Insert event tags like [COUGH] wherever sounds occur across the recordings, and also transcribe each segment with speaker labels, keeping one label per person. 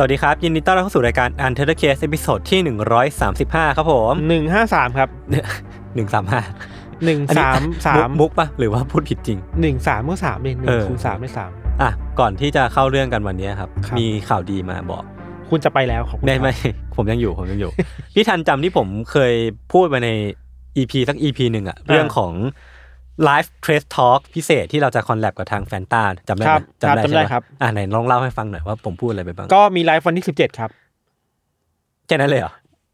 Speaker 1: สวัสดีครับ ยินดีต้อนรับเข้าสู่รายการ Untitled Case ตอนที่ 135 ครับผม
Speaker 2: หนึ่งห้าสามครับ
Speaker 1: 135
Speaker 2: หนึ่ง
Speaker 1: อันนี้
Speaker 2: สามสาม
Speaker 1: มุกปะหรือว่าพูดผิดจริง
Speaker 2: หนึ่งสามก็สามเองหนึ่
Speaker 1: เอง อ
Speaker 2: คูณสามไม่สาม
Speaker 1: อ่ะ ก่อนที่จะเข้าเรื่องกันวันนี้ครับ
Speaker 2: ครับ
Speaker 1: มีข่าวดีมาบอก
Speaker 2: คุณจะไปแล้วขอบคุณ
Speaker 1: ไม่ไม่
Speaker 2: ครับ
Speaker 1: ผมยังอยู่ผมยังอยู่ พี่ทันจำที่ผมเคยพูดไปในอีพีสักอีพีหนึ่งอะเรื่องของไลฟ์เทรสทอล์กพิเศษที่เราจะคอนแลบกับทางแฟนตาจำได้ไห
Speaker 2: ค
Speaker 1: ม
Speaker 2: รับครับจำได้
Speaker 1: ใช่ปะ
Speaker 2: ครับ
Speaker 1: อ่ะไหนลองเล่าให้ฟังหน่อยว่าผมพูดอะไรไปบ้าง
Speaker 2: ก็มีไลฟ์วันที่สิบเจ็ดครับ
Speaker 1: แค่นั้นเลยเหรอ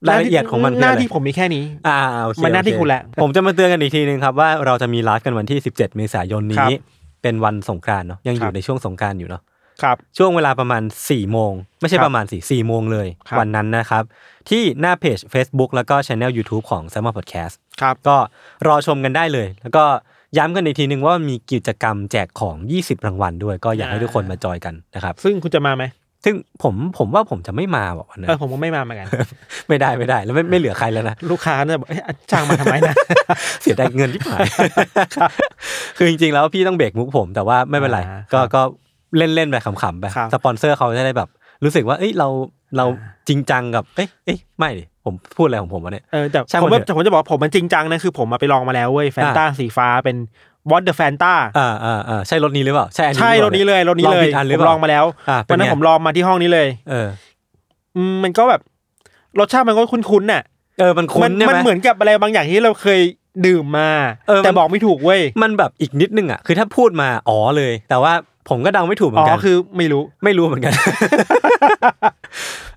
Speaker 1: รายละเอียดของมัน
Speaker 2: หน้า
Speaker 1: คืออะไร
Speaker 2: ที่ผมมีแค่นี้
Speaker 1: อ่าโอเค
Speaker 2: มันหน้าที่
Speaker 1: โอเค
Speaker 2: คุณแหละ
Speaker 1: ผมจะมาเตือนกันอีกทีหนึ่งครับว่าเราจะมีไลฟ์กันวันที่ 17 เมษายน
Speaker 2: ครั
Speaker 1: นี้
Speaker 2: บ
Speaker 1: เป็นวันสงกรานต์เนาะยังอ
Speaker 2: ครั
Speaker 1: ยู่
Speaker 2: บ
Speaker 1: ในช่วงสงกรานต์อยู่เนาะ
Speaker 2: ครับ
Speaker 1: ช่วงเวลาประมาณ4ี่โมง ไม่ใช่
Speaker 2: ครับ
Speaker 1: ประมาณสี่สี่โมงเลย
Speaker 2: ครับ
Speaker 1: วันนั้นนะครับ ที่หน้าเพจ Facebook แล้วก็ Channel YouTube ของ s ซ m ม Podcast
Speaker 2: ครับ
Speaker 1: ก็รอชมกันได้เลย แล้วก็ย้ำกันอีกทีนึงว่ามีกิจกรรมแจกของ 20 รางวัลด้วย ก็อยากให้
Speaker 2: อ่า
Speaker 1: ทุกคนมาจอยกันนะครับ
Speaker 2: ซึ่งคุณจะมาไหม
Speaker 1: ซึ่งผมผมว่าผมจะไม่มาว่ะวันนั้
Speaker 2: เออน ผมก็ไม่มาเหมือนกัน
Speaker 1: ไม่ได้ไม่ได้แล้วไม่ไม่เหลือใครแล้วนะ
Speaker 2: ลูกค้าเนี่ยบอกเอ๊ะจ้างมาทำไมนะ [LAUGHS]
Speaker 1: เสียดายเงินที่หาย คือจริงๆ แล้วพี่ต้องเบรกมุกผม แต่ว่าไม่เป็นไร
Speaker 2: อ่า
Speaker 1: ก็
Speaker 2: ครับ
Speaker 1: ก็เล่นๆไปขำๆไป
Speaker 2: ครับ
Speaker 1: สปอนเซอร์เขาจะได้แบบ รู้สึกว่าเอ้ยเราเราจริงจังกับเอ้ยเอ้ยไม่ดิผมพูดอะไรของผมวะเนี่ย
Speaker 2: เออแต่
Speaker 1: ช่าง
Speaker 2: ผ
Speaker 1: มัน
Speaker 2: ม
Speaker 1: เถอะ
Speaker 2: แต่ผมจะบอกว่าผมมันจริงจังนะคือผมมาไปลองมาแล้วเว้ยแฟนตา
Speaker 1: อ่า
Speaker 2: สีฟ้าเป็นวอตเดอะแฟนตา
Speaker 1: อ่าอ่าอ่าใช่รถนี้หรือเปล่า ใช่อันนี้
Speaker 2: ใช่
Speaker 1: ห
Speaker 2: ร
Speaker 1: อ
Speaker 2: ถ
Speaker 1: ปา
Speaker 2: นี้เลยรถนี้เล
Speaker 1: อง
Speaker 2: ย
Speaker 1: ผิดอันห
Speaker 2: ผ
Speaker 1: รือ
Speaker 2: ม
Speaker 1: เปล่า
Speaker 2: ลองมาแล้ว
Speaker 1: อ่าเป็
Speaker 2: วัน นนั้น
Speaker 1: ไง
Speaker 2: ผมลองมาที่ห้องนี้เลย
Speaker 1: เออ
Speaker 2: อืมมันก็แบบรสชาติมันก็คุ้นๆน่ะ
Speaker 1: เออมันคุ้
Speaker 2: มัน
Speaker 1: ใช่ไหม
Speaker 2: มันเหมือนกับอะไรบางอย่างที่เราเคยดื่มมา
Speaker 1: เออมัน
Speaker 2: แต่บอกไม่ถูกเว้ย
Speaker 1: มันแบบอีกนิดนึงอ่ะคือถ้าพูดมาอ๋อเลย แต่ว่าผมก็เดาไม่ถูกเหมื
Speaker 2: อ๋
Speaker 1: อนกั
Speaker 2: อน คือไม่รู้
Speaker 1: ไม่รู้เหมือนกัน [LAUGHS]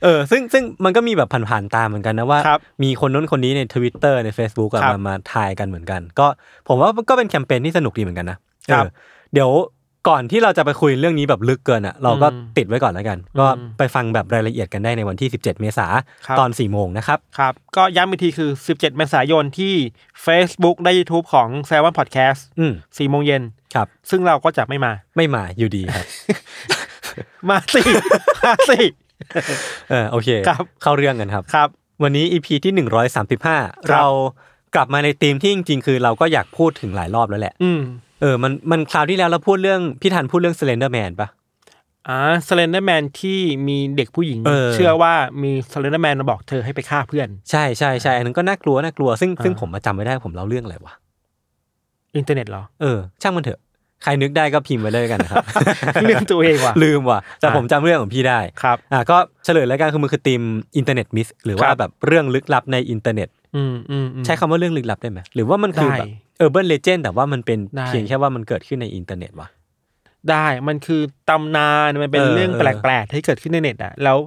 Speaker 1: เออ ซึ่งซึ่งมันก็มีแบบผ่านๆตามเหมือนกันนะว่า
Speaker 2: ครับ
Speaker 1: มีคนน้นคนนี้ในทวิตเตอร์ใน Facebook อะ
Speaker 2: ครับ
Speaker 1: มามาทายกันเหมือนกัน ก็ผมว่ามันก็เป็นแคมเปญที่สนุกดีเหมือนกันนะครับ เออเดี๋ยวก่อนที่เราจะไปคุยเรื่องนี้แบบลึกเกินอ่ะ เราก็
Speaker 2: อืม
Speaker 1: ติดไว้ก่อนแล้วกัน ก็
Speaker 2: อืม
Speaker 1: ไปฟังแบบรายละเอียดกันได้ในวันที่ 17 เมษา
Speaker 2: ครับ
Speaker 1: ตอน 4 โมงนะครับ
Speaker 2: ครับ ก็ย้ำอีกทีคือ 17 เมษายนที่ Facebook และ YouTube ของ s ซ l m o n Podcast
Speaker 1: อืม
Speaker 2: 4โมงเย็น
Speaker 1: ครับ
Speaker 2: ซึ่งเราก็จะไม่มา
Speaker 1: ไม่มาอยู่ดีครับ
Speaker 2: มาสิ [LAUGHS] มาสิ
Speaker 1: เออโอเค
Speaker 2: ครับ
Speaker 1: เข้าเรื่องกันครับ
Speaker 2: ครับ
Speaker 1: วันนี้ EP ที่ 135 เรากลับมาในธีมที่จริง ๆ คือเราก็อยากพูดถึงหลายรอบแล้วแหละ
Speaker 2: อืม
Speaker 1: เออ มัน มันคราวที่แล้วเราพูดเรื่อง พี่ทันพูดเรื่อง Slender Man ปะ
Speaker 2: อ่าสเลนเดอร์แมนที่มีเด็กผู้หญิง
Speaker 1: เออ
Speaker 2: อว่ามีสเลนเดอร์แมนมาบอกเธอให้ไปฆ่าเพื่อน
Speaker 1: ใช่ใช่ใช่อันนั้นก็น่ากลัว น่ากลัว ซึ่ง ซึ่ง
Speaker 2: อ่า
Speaker 1: ผมมาจำไม่ได้ผมเล่าเรื่องอะไรวะ
Speaker 2: อินเทอร์เน็ตเหรอ
Speaker 1: เออ ช่างมันเถอะ ใครนึกได้ก็พิมพ์ไว้เลยกัน
Speaker 2: [LAUGHS]
Speaker 1: นะครับ
Speaker 2: เรื่องตัวเองว่ะ
Speaker 1: ลืมว่ะ แต่
Speaker 2: อ่า
Speaker 1: ผมจำเรื่องของพี่ได้
Speaker 2: ครับ
Speaker 1: อ่ะ ก็เฉลยแล้วกันคือมันคือธีมอินเทอร์เน็ตมิส หรือว่า
Speaker 2: ครับ
Speaker 1: แบบเรื่องลึกลับในอินเทอร์เน็ต
Speaker 2: อืมอืมอืม
Speaker 1: ใช้คำว่าเรื่องลึกลับได้ไหม หรือว่ามันคือ
Speaker 2: ได้
Speaker 1: แบบเออเบิร์นเลเจนด์แต่ว่ามันเป็น
Speaker 2: ได้
Speaker 1: เพียงแค่ว่ามันเกิดขึ้นในอินเทอร์เน็ตว่ะ
Speaker 2: ได้ มันคือตำนาน มันเป็น
Speaker 1: เออ
Speaker 2: เรื่อง
Speaker 1: เออ
Speaker 2: แปลกๆที่เกิดขึ้นในเน็ตอ่ะ แล้ว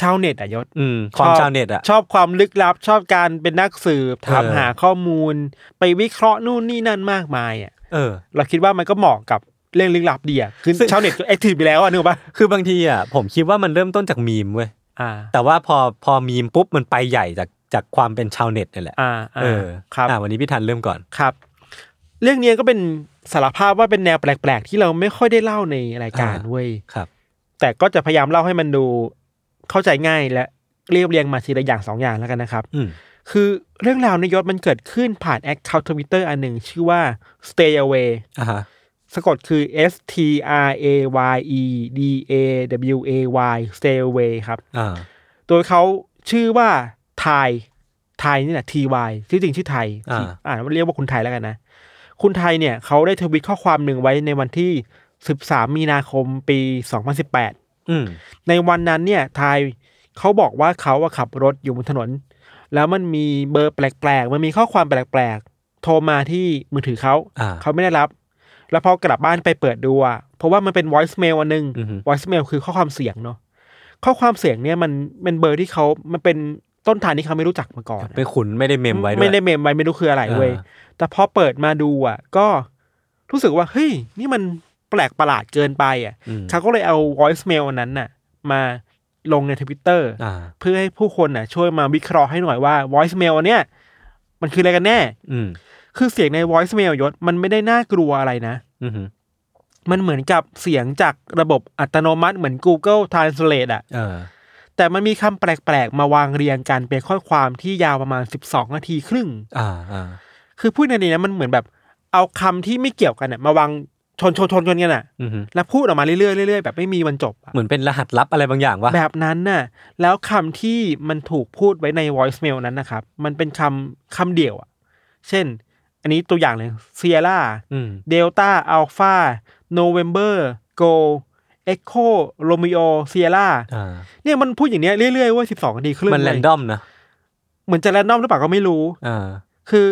Speaker 2: ชาวเน็ตอ่ะยศ
Speaker 1: อืม ความ
Speaker 2: ชอบ
Speaker 1: ชาวเน็ตอะ
Speaker 2: ชอบความลึกลับ ชอบการเป็นนักสืบ ถาม
Speaker 1: เออ
Speaker 2: หาข้อมูล ไปวิเคราะห์นู่นนี่นั่นมากมายอ่ะ
Speaker 1: เออ
Speaker 2: เราคิดว่ามันก็เหมาะกับเรื่องลึกลับดีอ่ะ คือ
Speaker 1: ซึ่ง
Speaker 2: ชาวเน็ตแอคทีฟไปแล้วอ่ะนึกออกปะ
Speaker 1: คือบางทีอะผมคิดว่ามันเริ่มต้นจากมีมเว้ย
Speaker 2: อ่า
Speaker 1: แต่ว่าพอพอมีมปุ๊บมันไปใหญ่จากจากความเป็นชาวเน็ตนี่แหละ
Speaker 2: อ่า
Speaker 1: เออ
Speaker 2: ครับ
Speaker 1: อ่ะวันนี้พี่ทันเริ่มก่อน
Speaker 2: ครับ เรื่องเนี้ยก็เป็นสารภาพว่าเป็นแนวแปลกๆ ที่เราไม่ค่อยได้เล่าในรายการ
Speaker 1: อ่า
Speaker 2: เว้ย
Speaker 1: ครับ
Speaker 2: แต่ก็จะพยายามเล่าให้มันดูเข้าใจง่ายและเรียบเรียงมาทีละอย่างสองอย่างแล้วกันนะครับ
Speaker 1: อืม
Speaker 2: คือเรื่องราวในยศมันเกิดขึ้นผ่านแอคเคาท์ทวิตเตอร์อันหนึ่งชื่อว่า stay away
Speaker 1: อ่าฮะ
Speaker 2: สะกดคือ S T R A Y E D A W A Y stay away ครับ
Speaker 1: อ่า
Speaker 2: โดยเขาชื่อว่าไทยไทยนี่แหละ T Y ชื่อจริงชื่อไทย
Speaker 1: อ่า
Speaker 2: อ่านว่าเรียกว่าคุณไทยแล้วกันนะ คุณไทยเนี่ยเขาได้ทวิตข้อความหนึ่งไว้ในวันที่ 13 มีนาคมปี 2018
Speaker 1: อืม
Speaker 2: ในวันนั้นเนี่ยทายเขาบอกว่าเขาอะขับรถอยู่บนถนน แล้วมันมีเบอร์แปลกๆ มันมีข้อความแปลกๆ โทรมาที่มือถือเขา
Speaker 1: อ่า
Speaker 2: เขาไม่ได้รับ แล้วพอกลับบ้านไปเปิดดูอะเพราะว่ามันเป็น voice mail อันหนึ่ง
Speaker 1: อือฮึ
Speaker 2: voice mail คือข้อความเสียงเนาะ ข้อความเสียงเนี่ยมันเป็นเบอร์ที่เขา มันเป็นต้นทางที่เขาไม่รู้จักมาก่อนอะ
Speaker 1: ไม่ขุนไม่ได้เมมไว้ด้วย
Speaker 2: ไม่ได้เมมไว้ไม่รู้คืออะไรเว้ย
Speaker 1: อ่า
Speaker 2: แต่พอเปิดมาดูอะก็รู้สึกว่าเฮ้ยนี่มันแปลกประหลาดเกินไปอะ
Speaker 1: อืม
Speaker 2: เขาก็เลยเอา voice mail อันนั้นน่ะ มาลงในทวิตเตอร์
Speaker 1: อ่า
Speaker 2: เพื่อให้ผู้คนน่ะ ช่วยมาวิเคราะห์ให้หน่อยว่า voice mail อันเนี้ยมันคืออะไรกันแน่
Speaker 1: อืม
Speaker 2: คือเสียงใน voice mail ยศมันไม่ได้น่ากลัวอะไรนะ
Speaker 1: อือหือ
Speaker 2: มันเหมือนกับเสียงจากระบบอัตโนมัติเหมือน Google Translate อะ
Speaker 1: เออ
Speaker 2: แต่มันมีคำแปลกๆ มาวางเรียงกันเป็นข้อความที่ยาวประมาณ 12 นาทีครึ่ง
Speaker 1: อ่าอ่า
Speaker 2: คือพูดในนี้นะมันเหมือนแบบเอาคำที่ไม่เกี่ยวกันน่ะมาวางชนชนชนๆๆกันกันน่ะ
Speaker 1: อือหือ
Speaker 2: แล้วพูดออกมาเรื่อยๆเรื่อยๆแบบไม่มีวันจบอะ
Speaker 1: เหมือนเป็นรหัสลับอะไรบางอย่างวะ
Speaker 2: แบบนั้นน่ะ แล้วคำที่มันถูกพูดไว้ใน voicemail นั้นนะครับ มันเป็นคำคำเดียวอะเช่น อันนี้ตัวอย่างเลยเซียร่า
Speaker 1: อืม
Speaker 2: เดลต้าอัลฟาโนเวมเบอร์โกเอ็กโคโรมิโอเซียร่า
Speaker 1: อ่า
Speaker 2: เนี่ยมันพูดอย่างเนี้ยเรื่อยๆเว่าสิบสองนาทีครึ่ง
Speaker 1: มันแร
Speaker 2: เว้ย
Speaker 1: นดอมนะ
Speaker 2: เหมือนจะแรนดอมหรือเปล่าก็ไม่รู้
Speaker 1: อ่า
Speaker 2: คือ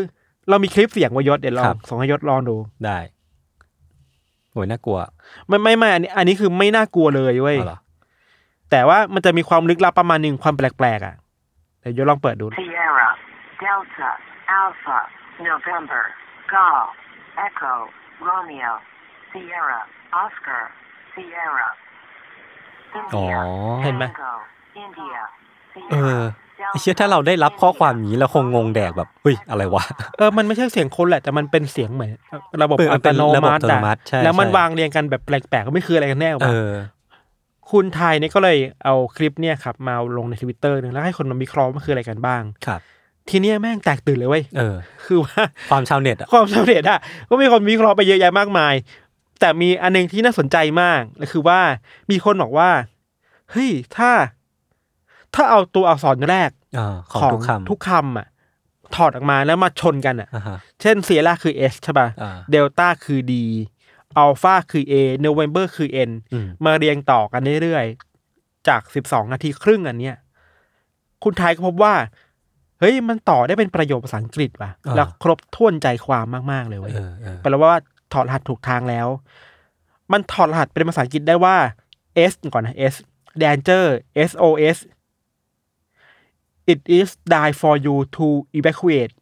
Speaker 2: เรามีคลิปเสียงไวายศเดี๋ยวลอ
Speaker 1: ครั
Speaker 2: ง
Speaker 1: บ
Speaker 2: สองให้ยศลองดู
Speaker 1: ได้โหยน่ากลัว
Speaker 2: ไม่ไม่ไม่อันนี้อันนี้คือไม่น่ากลัวเลยเว้ย
Speaker 1: เอาเหรอ
Speaker 2: แต่ว่ามันจะมีความลึกลับประมาณหนึ่งความแปลกๆอ่ะแต่ยศลองเปิดดู
Speaker 3: Sierra, Delta, Alpha, November, Golf, Echo, Romeo, Sierra, Oscar, Sierra.
Speaker 1: อ๋อ
Speaker 3: India,
Speaker 2: เห็นไหม
Speaker 3: Tango, India,
Speaker 1: เออ
Speaker 3: Sierra, Delta,
Speaker 1: ไอ้เชี่ยถ้าเราได้รับข้อความอย่างนี้เราคงงงแดกแบบเฮ้ยอะไรวะ
Speaker 2: เออ มันไม่ใช่เสียงคนแหละ แต่มันเป็นเสียงเหมือนระบบ
Speaker 1: เออมั
Speaker 2: อั
Speaker 1: น
Speaker 2: ต
Speaker 1: เป็น
Speaker 2: โน
Speaker 1: ระบบ
Speaker 2: มั
Speaker 1: อั
Speaker 2: ติ
Speaker 1: ตโน
Speaker 2: อะ
Speaker 1: มัติใช่
Speaker 2: แล้วมัน
Speaker 1: ใช่
Speaker 2: วางเรียงกันแบบแปลกๆก็ไม่คืออะไรกันแน่
Speaker 1: เอ
Speaker 2: วะ
Speaker 1: อ
Speaker 2: คุณไทยเนี่ยก็เลยเอาคลิปเนี่ยครับ มาลงในทวิตเตอร์นึงแล้วให้คนมาวิเคราะห์ว่ามันคืออะไรกันบ้าง
Speaker 1: ครับ
Speaker 2: ทีเนี้ยแม่งแตกตื่นเลยเว้ย
Speaker 1: เออ
Speaker 2: คือว่า
Speaker 1: ความชาวเน็ตอ่ะ
Speaker 2: ความสำเร็จอะก็มีคนวิเคราะห์ไปเยอะแยะมากมาย แต่มีอันหนึงที่น่าสนใจมากก็คือว่ามีคนบอกว่าเฮ้ยถ้า ถ้าเอาตัวอักษรแรก
Speaker 1: อ่าของทุกคำ
Speaker 2: ทุกคำอะถอดออกมาแล้วมาชนกันอะ
Speaker 1: อ่าฮะ
Speaker 2: เช่นเซียร่าคือ S ใช่ปะ
Speaker 1: อ่า
Speaker 2: เดลต้าคือ D อัลฟาคือ A โนเวมเบอร์คือ N
Speaker 1: อืม
Speaker 2: มาเรียงต่อกันเรื่อยๆ จาก 12 นาทีครึ่งอันเนี้ย คุณไทยก็พบว่า เฮ้ย มันต่อได้เป็นประโยคภาษาอังกฤษว่ะ
Speaker 1: อ่า
Speaker 2: แล้วครบถ้วนใจความมาก ๆ เลยเว้ย
Speaker 1: เออเออ
Speaker 2: แปลว่าถอดรหัสถูกทางแล้ว มันถอดรหัสเป็นภาษาอังกฤษได้ว่า S ก่อนนะ S danger SOS it is die for you to evacuate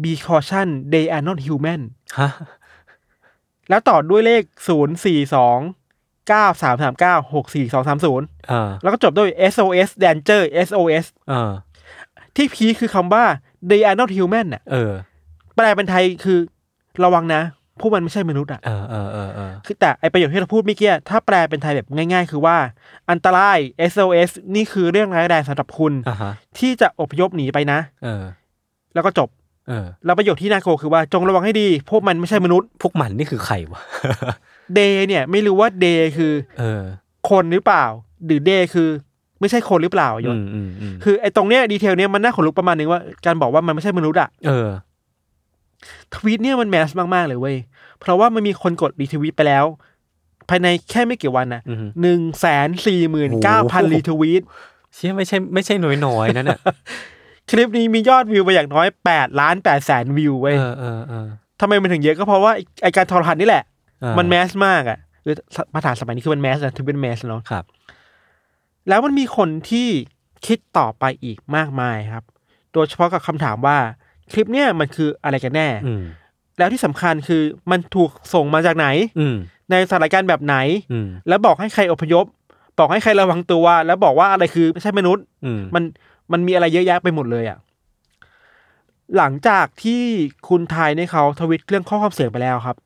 Speaker 2: be caution they are not human
Speaker 1: ฮะ
Speaker 2: แล้วต่อด้วยเลข 0 4 2 9 3 3 9 6 4 2 3 0
Speaker 1: อ่า
Speaker 2: แล้วก็จบด้วย SOS Danger SOS
Speaker 1: อ่า
Speaker 2: ที่พีคคือคำว่า they are not human น่ะ
Speaker 1: เออ
Speaker 2: แปลเป็นไทยคือระวังนะ พวกมันไม่ใช่มนุษย์อ่ะ
Speaker 1: เออเออเออเออ
Speaker 2: คือแต่ไอประโยคที่เราพูดเมื่อกี้ถ้าแปลเป็นไทยแบบง่ายๆ คือว่า อันตราย SOS นี่คือเรื่องร้ายแรงสำหรับคุณ
Speaker 1: อ่าฮะ
Speaker 2: ที่จะอพยพหนีไปนะ
Speaker 1: เออ
Speaker 2: แล้วก็จบ
Speaker 1: เออ
Speaker 2: แล้วประโยคที่น่ากลัวคือว่าจงระวังให้ดี พวกมันไม่ใช่มนุษย์
Speaker 1: พวกมันนี่คือใครวะ [LAUGHS]
Speaker 2: day เนี่ยไม่รู้ว่า day คือ
Speaker 1: เออ
Speaker 2: คนหรือเปล่า หรือเดคือไม่ใช่คนหรือเปล่า
Speaker 1: อยม
Speaker 2: ศ
Speaker 1: อืมอืม
Speaker 2: คือไอ้ตรงเนี้ยดีเทลเนี้ยมันน่าขนลุกประมาณนึงว่าการบอกว่ามันไม่ใช่มนุษย์อะ
Speaker 1: เออ
Speaker 2: ทวีตเนี่ยมันแมสมาก ๆ เลยเว้ย เพราะว่ามันมีคนกดรีทวีตไปแล้ว ภายในแค่ไม่กี่วันนะ
Speaker 1: อือฮึ
Speaker 2: หนึ่งแสนสี่หมื่นเก้าพันรีทวีต
Speaker 1: เชี่ยไม่ใช่ไม่ใช่น้อยน้อยๆนั่นน่ะ
Speaker 2: คลิปนี้มียอดวิวไปอย่างน้อยแปดล้านแปดแสนวิว
Speaker 1: เอ
Speaker 2: [LAUGHS] เว้ย
Speaker 1: อเออเออ
Speaker 2: ทำไมมันถึงเยอะก็เพราะว่าไอ้ไอการทอรหันนี่แหละ
Speaker 1: เออ
Speaker 2: มันแมสมากอะคือภาษาสมัยนี้คือมันแมสนะถือเป็นแมสเนาะ
Speaker 1: ครับ
Speaker 2: แล้วมันมีคนที่คิดต่อไปอีกมากมายครับ โดยเฉพาะกับคำถามว่าคลิปเนี่ยมันคืออะไรกันแน่
Speaker 1: อืม
Speaker 2: แล้วที่สำคัญคือมันถูกส่งมาจากไหน
Speaker 1: อืม
Speaker 2: ในสถานการณ์แบบไหน
Speaker 1: อืม
Speaker 2: แล้วบอกให้ใครอพยพ บอกให้ใครระวังตัว แล้วบอกว่าอะไรคือไม่ใช่มนุษย์
Speaker 1: อืม
Speaker 2: มันมันมีอะไรเยอะแยะไปหมดเลยอะ่ะ หลังจากที่คุณไทยเนี่ยเขาทวิตเรื่องข้อความเสียงไปแล้วครับ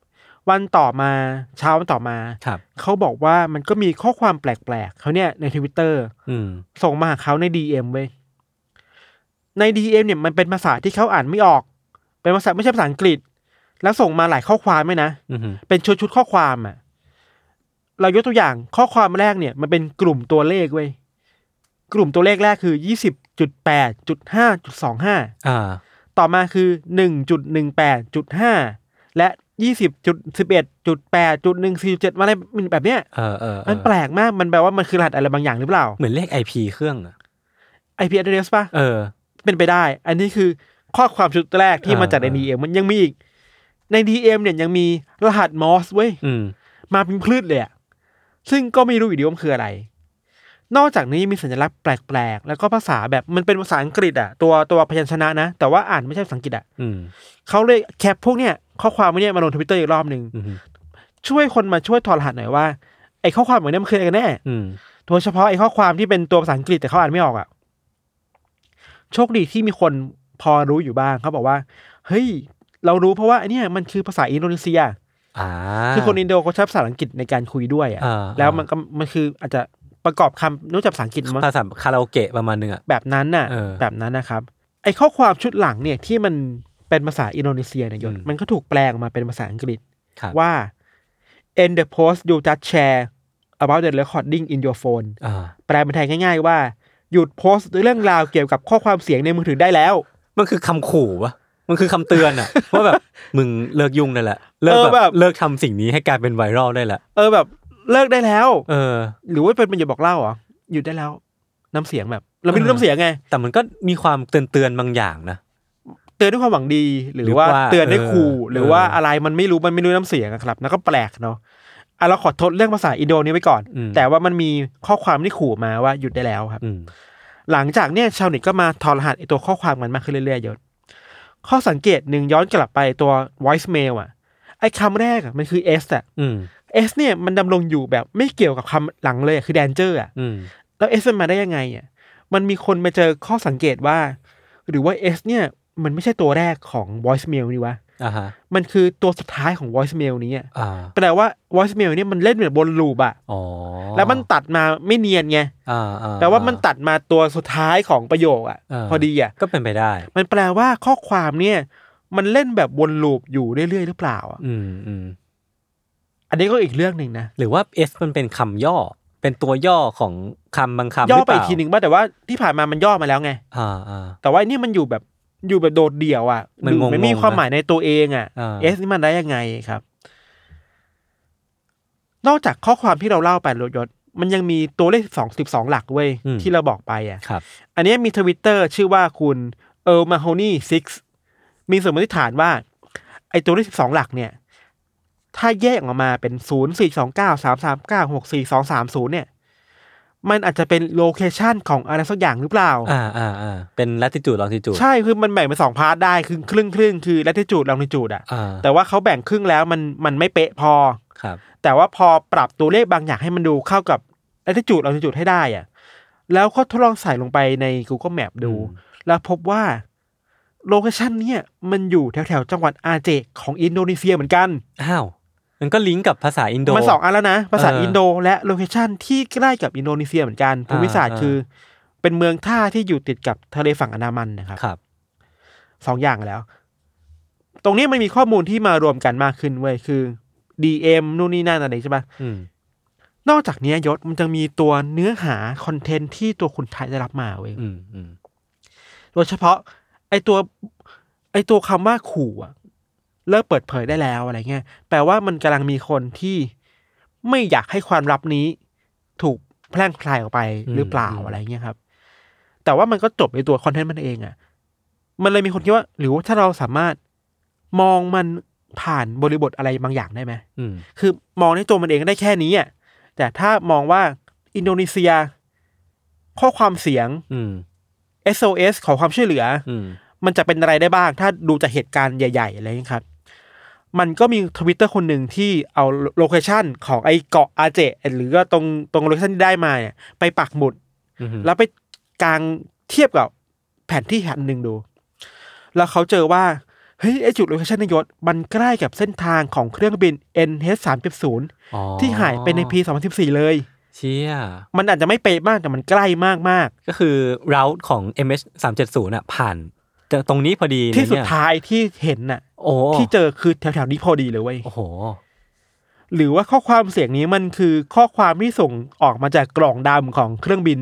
Speaker 2: วันต่อมาเช้าวันต่อมา
Speaker 1: ครับ
Speaker 2: เขาบอกว่ามันก็มีข้อความแปลกๆเขาเนี่ยในทวิตเตอร์
Speaker 1: อืม
Speaker 2: ส่งมาหาเขาใน DM เว้ย ใน DM เนี่ยมันเป็นภาษาที่เขาอ่านไม่ออก เป็นภาษาไม่ใช่ภาษาอังกฤษ แล้วส่งมาหลายข้อความไหมนะ
Speaker 1: อืม
Speaker 2: เป็นชุดชุดๆข้อความอะเรายกตัวอย่างข้อความแรกเนี่ย มันเป็นกลุ่มตัวเลขเว้ย กลุ่มตัวเลขแรกคือยี่สิบจุดแปดจุดห้าจุดสองห้า
Speaker 1: อ่า
Speaker 2: ต่อมาคือหนึ่งจุดหนึ่งแปดจุดห้า และยี่สิบจุดสิบเอ็ดจุดแปดจุดหนึ่งสี่จุดเจ็ดอะไรแบบเนี้ย
Speaker 1: เออเออเออ
Speaker 2: มันแปลกมาก มันแปลว่ามันคือรหัสอะไรบางอย่างหรือเปล่า
Speaker 1: เหมือนเลขไอพีเครื่องอะ
Speaker 2: IP address ป่ะ
Speaker 1: เออ
Speaker 2: เป็นไปได้ อันนี้คือข้อความชุดแรกที่
Speaker 1: อ่าม
Speaker 2: มาจากในดีเอ็มมันยังมีอีก ในดีเอ็มเนี่ยยังมีรหัสมอสเว้ย
Speaker 1: อืม
Speaker 2: มาเป็นพืชเลยอะซึ่งก็ไม่รู้อยู่ดีว่ามันคืออะไร นอกจากนี้ยังมีสัญลักษณ์แปลกๆ แล้วก็ภาษาแบบมันเป็นภาษาอังกฤษอะตัวตัวพยัญชนะนะ แต่ว่าอ่านไม่ใช่ภาษาอังกฤษอะ
Speaker 1: อืม
Speaker 2: เขาเลยแคปพวกเนี่ยข้อความพวกเนี่ยมาลงทวิตเตอร์อีกรอบหนึ่ง
Speaker 1: อืม
Speaker 2: ช่วยคนมาช่วยถอดรหัสหน่อยว่าไอ้ข้อความเหล่านี้มันคืออะไรกันแน่
Speaker 1: อืม
Speaker 2: โดยเฉพาะไอ้ข้อความที่เป็นตัวภาษาอังกฤษแต่เขาอ่านไม่ออกอะ่ะ โชคดีที่มีคนพอรู้อยู่บ้างเขาบอกว่า เฮ้ย เรารู้เพราะว่าไอเนี่ยมันคือภาษาอินโดนีเซีย
Speaker 1: อ่า
Speaker 2: คือคนอินโดเขาใช้ภาษาอังกฤษในการคุยด้วย
Speaker 1: อ่า
Speaker 2: อะ่ะแล้วมันก็มันคืออาจจะประกอบคำรู้จักภาษาอังกฤษมั้ง
Speaker 1: ภาษาคาราโอเกะประมาณนึงอ่ะ
Speaker 2: แบบนั้นน่ะ
Speaker 1: เออ
Speaker 2: แบบนั้นนะครับ ไอ้ข้อความชุดหลังเนี่ยที่มันเป็นภาษาอินโดนีเซียเนี่ยยศ
Speaker 1: อืม
Speaker 2: มันก็ถูกแปลงมาเป็นภาษาอังกฤษ
Speaker 1: ครับ
Speaker 2: ว่า end the post you just share about the recording in your phone
Speaker 1: อ่า
Speaker 2: แปลเป็นไทยง่ายๆว่า หยุดโพสต์เรื่องราวเกี่ยวกับข้อความเสียงในมือถือได้แล้ว
Speaker 1: มันคือคำขู่วะมันคือคำเตือน
Speaker 2: [LAUGHS]
Speaker 1: อะ ว่าแบบมึงเลิกยุ่งได้ละเลิก
Speaker 2: เออ
Speaker 1: แบ
Speaker 2: แบบ บ
Speaker 1: เลิกทำสิ่งนี้ให้กลายเป็นไวรัลได้ละ
Speaker 2: เออแบบเลิกได้แล้ว
Speaker 1: เออ
Speaker 2: หรือว่าเป็นประโยคบอกเล่าเหรอหยุดได้แล้ว น้ำเสียงแบบ เราไม่รู้
Speaker 1: เออ
Speaker 2: น้ำเสียงไง
Speaker 1: แต่มันก็มีความเตือนเตือนๆบางอย่างนะ
Speaker 2: เตือนด้วยความหวังดีหรือ
Speaker 1: หรือว่า
Speaker 2: ว่าเตือนด้วยขู่
Speaker 1: เออ
Speaker 2: หรือว่า
Speaker 1: เอออ
Speaker 2: อะไรมันไม่รู้มันไม่รู้น้ำเสียงอะครับแล้วก็แปลกเนาะอ่ะเราขอโทษเรื่องภาษาอินโดนี้ไว้ก่อน
Speaker 1: อืม
Speaker 2: แต่ว่ามันมีข้อความที่ขู่มาว่าหยุดได้แล้วครับ
Speaker 1: อืม
Speaker 2: หลังจากเนี่ยชาวเน็ตก็มาถอดรหัสไอตัวข้อความมันมากขึ้นเรื่อยๆยศข้อสังเกตหนึ่งย้อนกลับไปตัว voice mail อ่ะ ไอคำแรกอะมันคือ S อ่ะ
Speaker 1: อืม
Speaker 2: S เนี่ยมันดำรงอยู่แบบไม่เกี่ยวกับคำหลังเลยอะคือ danger อ่ะ
Speaker 1: อืม
Speaker 2: แล้ว S มันมาได้ยังไงอ่ะ มันมีคนมาเจอข้อสังเกตว่า หรือว่า S เนี่ยมันไม่ใช่ตัวแรกของ voice mail นี่วะ
Speaker 1: อ่าฮะ
Speaker 2: มันคือตัวสุดท้ายของ voice mail นี้อะ
Speaker 1: อ่า
Speaker 2: แปลว่า voice mail เนี่ยมันเล่นแบบบนลูปอ่ะ
Speaker 1: อ๋อ
Speaker 2: แล้วมันตัดมาไม่เนียนไง
Speaker 1: อ่าอ่
Speaker 2: แปลว่ามันตัดมาตัวสุดท้ายของประโยคอ่ะ
Speaker 1: า
Speaker 2: พอดีอ่ะ
Speaker 1: ก็เป็นไปได้
Speaker 2: มันแปลว่าข้อความเนี่ย มันเล่นแบบวนลูปอยู่เรื่อยๆหรือเปล่าอะ
Speaker 1: อืมอืม
Speaker 2: อันนี้ก็อีกเรื่องหนึ่งนะ
Speaker 1: หรือว่า S มันเป็นคำย่อ เป็นตัวย่อของคำบางคำ
Speaker 2: ย่อ
Speaker 1: หรื
Speaker 2: ไป
Speaker 1: เล่า
Speaker 2: อีกทีหนึ่งบ้างแต่ว่าที่ผ่านมามันย่อมาแล้วไง
Speaker 1: อ่าอ่า
Speaker 2: แต่ว่านี่มันอยู่แบบอยู่แบบโดดเดี่ยวอ่ะ
Speaker 1: มัน
Speaker 2: ดู
Speaker 1: งงๆ
Speaker 2: ไม่มีความหมายในตัวเองอ่ะ
Speaker 1: อ่า
Speaker 2: เอสนี่มันได้ยังไงครับ นอกจากข้อความที่เราเล่าไปรถยศมันยังมีตัวเลขสองสิบสองหลักเว้ยที่เราบอกไปอ่ะ
Speaker 1: ครับ
Speaker 2: อันนี้มีทวิตเตอร์ชื่อว่าคุณเออร์มาโฮนี่ซิกมีสมมติฐานว่า ไอตัวเลขสิบสองหลักเนี่ย ถ้าแยกออกมาเป็นศูนย์สี่สองเก้าสามสามเก้าหกสี่สองสามศูนย์เนี่ย มันอาจจะเป็นโลเคชันของอะไรสักอย่างหรือเปล่า
Speaker 1: อ่าอ่าอ่าเป็น latitude longitude
Speaker 2: ใช่คือมันแบ่งเป็นสองพาร์ทได้คือครึ่งครึ่งๆคือ latitude longitude อะ
Speaker 1: อ่า
Speaker 2: แต่ว่าเขาแบ่งครึ่งแล้วมันมันไม่เป๊ะพอ
Speaker 1: ครับ
Speaker 2: แต่ว่าพอปรับตัวเลขบางอย่างให้มันดูเข้ากับ latitude longitude ให้ได้อะแล้วก็ทดลองใส่ลงไปใน Google Map ดู แล้วพบว่าโลเคชันเนี่ยมันอยู่แถวแถวๆจังหวัดอาเจของอินโดนีเซียเหมือนกัน
Speaker 1: อ้าวมันก็ลิงก์กับภาษาอินโด
Speaker 2: มันสองอันแล้วนะ ภาษา
Speaker 1: เอออิ
Speaker 2: อินโดและโลเคชันที่ใกล้กับอินโดนีเซียเหมือนกันภูมิศาสตร์
Speaker 1: อ่า
Speaker 2: คือ เป็นเมืองท่าที่อยู่ติดกับทะเลฝั่งอันดามันนะครับ
Speaker 1: ครับ
Speaker 2: สองอย่างแล้ว ตรงนี้มันมีข้อมูลที่มารวมกันมากขึ้นเว้ย คือ DM นู่นนี่นั่นอะไรใช่ปะ
Speaker 1: อืม
Speaker 2: นอกจากเนี้ยยศมันจะมีตัวเนื้อหาคอนเทนต์ที่ตัวคุณไทยได้รับมาเว้ย
Speaker 1: อืมอืม
Speaker 2: โดยเฉพาะ ไอตัว ไอตัวคำว่าขู่อะเลิกเปิดเผยได้แล้วอะไรเงี้ย แปลว่ามันกำลังมีคนที่ไม่อยากให้ความลับนี้ถูกแพร่งพลายออกไปหรือเปล่า
Speaker 1: อืม
Speaker 2: อะไรเงี้ยครับ แต่ว่ามันก็จบในตัวคอนเทนต์มันเองอะมันเลยมีคนคิดว่า หรือว่าถ้าเราสามารถมองมันผ่านบริบทอะไรบางอย่างได้ไหม
Speaker 1: อืม
Speaker 2: คือมองในตัวมันเองได้แค่นี้อะแต่ถ้ามองว่าอินโดนีเซีย ข้อความเสียง
Speaker 1: อืม
Speaker 2: SOS ขอความช่วยเหลือ
Speaker 1: อืม
Speaker 2: มันจะเป็นอะไรได้บ้าง ถ้าดูจากเหตุการณ์ใหญ่ๆอะไรอย่างนี้ครับ มันก็มีทวิตเตอร์คนหนึ่งที่เอาโลเคชันของไอเกาะอาเจหรือว่าตรงตรงโลเคชันที่ได้มาเนี่ยไปปักหมุด
Speaker 1: อืม
Speaker 2: แล้วไปกางเทียบกับแผนที่แผนหนึ่งดู แล้วเขาเจอว่า เฮ้ย ไอจุดโลเคชันนยศ มันใกล้กับเส้นทางของเครื่องบิน NH 3 0
Speaker 1: อ๋อ
Speaker 2: ที่หายไปในปี 2014 เลย
Speaker 1: เชี่ย
Speaker 2: มันอาจจะไม่เป๊ะมากแต่มันใกล้มาก
Speaker 1: ก็คือเราท์ของ MH 3 7 0อ่ะ ผ่านแต่ตรงนี้พอดี
Speaker 2: ๆ
Speaker 1: เลย
Speaker 2: ที่สุด
Speaker 1: เนี่ย
Speaker 2: ท้ายที่เห็นน่ะ
Speaker 1: โอ้
Speaker 2: ที่เจอคือแถวๆนี้พอดีเลยเว้ย
Speaker 1: โอ้โห
Speaker 2: หรือว่าข้อความเสียงนี้มันคือข้อความที่ส่งออกมาจากกล่องดำของเครื่องบิน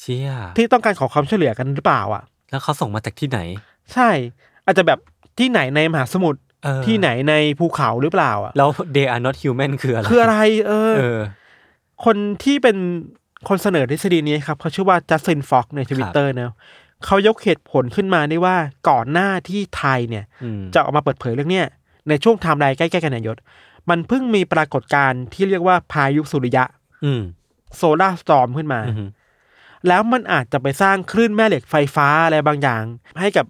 Speaker 1: เชี่ย
Speaker 2: ที่ต้องการขอความช่วยเหลือกันหรือเปล่าอ่ะ
Speaker 1: แล้วเขาส่งมาจากที่ไหน
Speaker 2: ใช่ อาจจะแบบที่ไหนในมหาสมุทร
Speaker 1: เออ
Speaker 2: ที่ไหนในภูเขาหรือเปล่าอ่ะ
Speaker 1: แล้ว they are not human คืออะไร
Speaker 2: คืออะไรเออ
Speaker 1: เออ
Speaker 2: คนที่เป็นคนเสนอทฤษฎีนี้ครับเขาชื่อว่าจัสตินฟ็อกในทวิตเตอร์นะ เขายกเหตุผลขึ้นมาได้ว่าก่อนหน้าที่ไทยเนี่ย
Speaker 1: อืม
Speaker 2: จะออกมาเปิดเผยเรื่องเนี้ยในช่วงไทม์ไลน์ใกล้ ๆ กันเนยยศ มันเพิ่งมีปรากฏการณ์ที่เรียกว่าพายุสุริยะ
Speaker 1: อืม
Speaker 2: โซลาร์สตอร์มขึ้นมา
Speaker 1: อืม
Speaker 2: แล้วมันอาจจะไปสร้างคลื่นแม่เหล็กไฟฟ้าอะไรบางอย่าง ให้กับ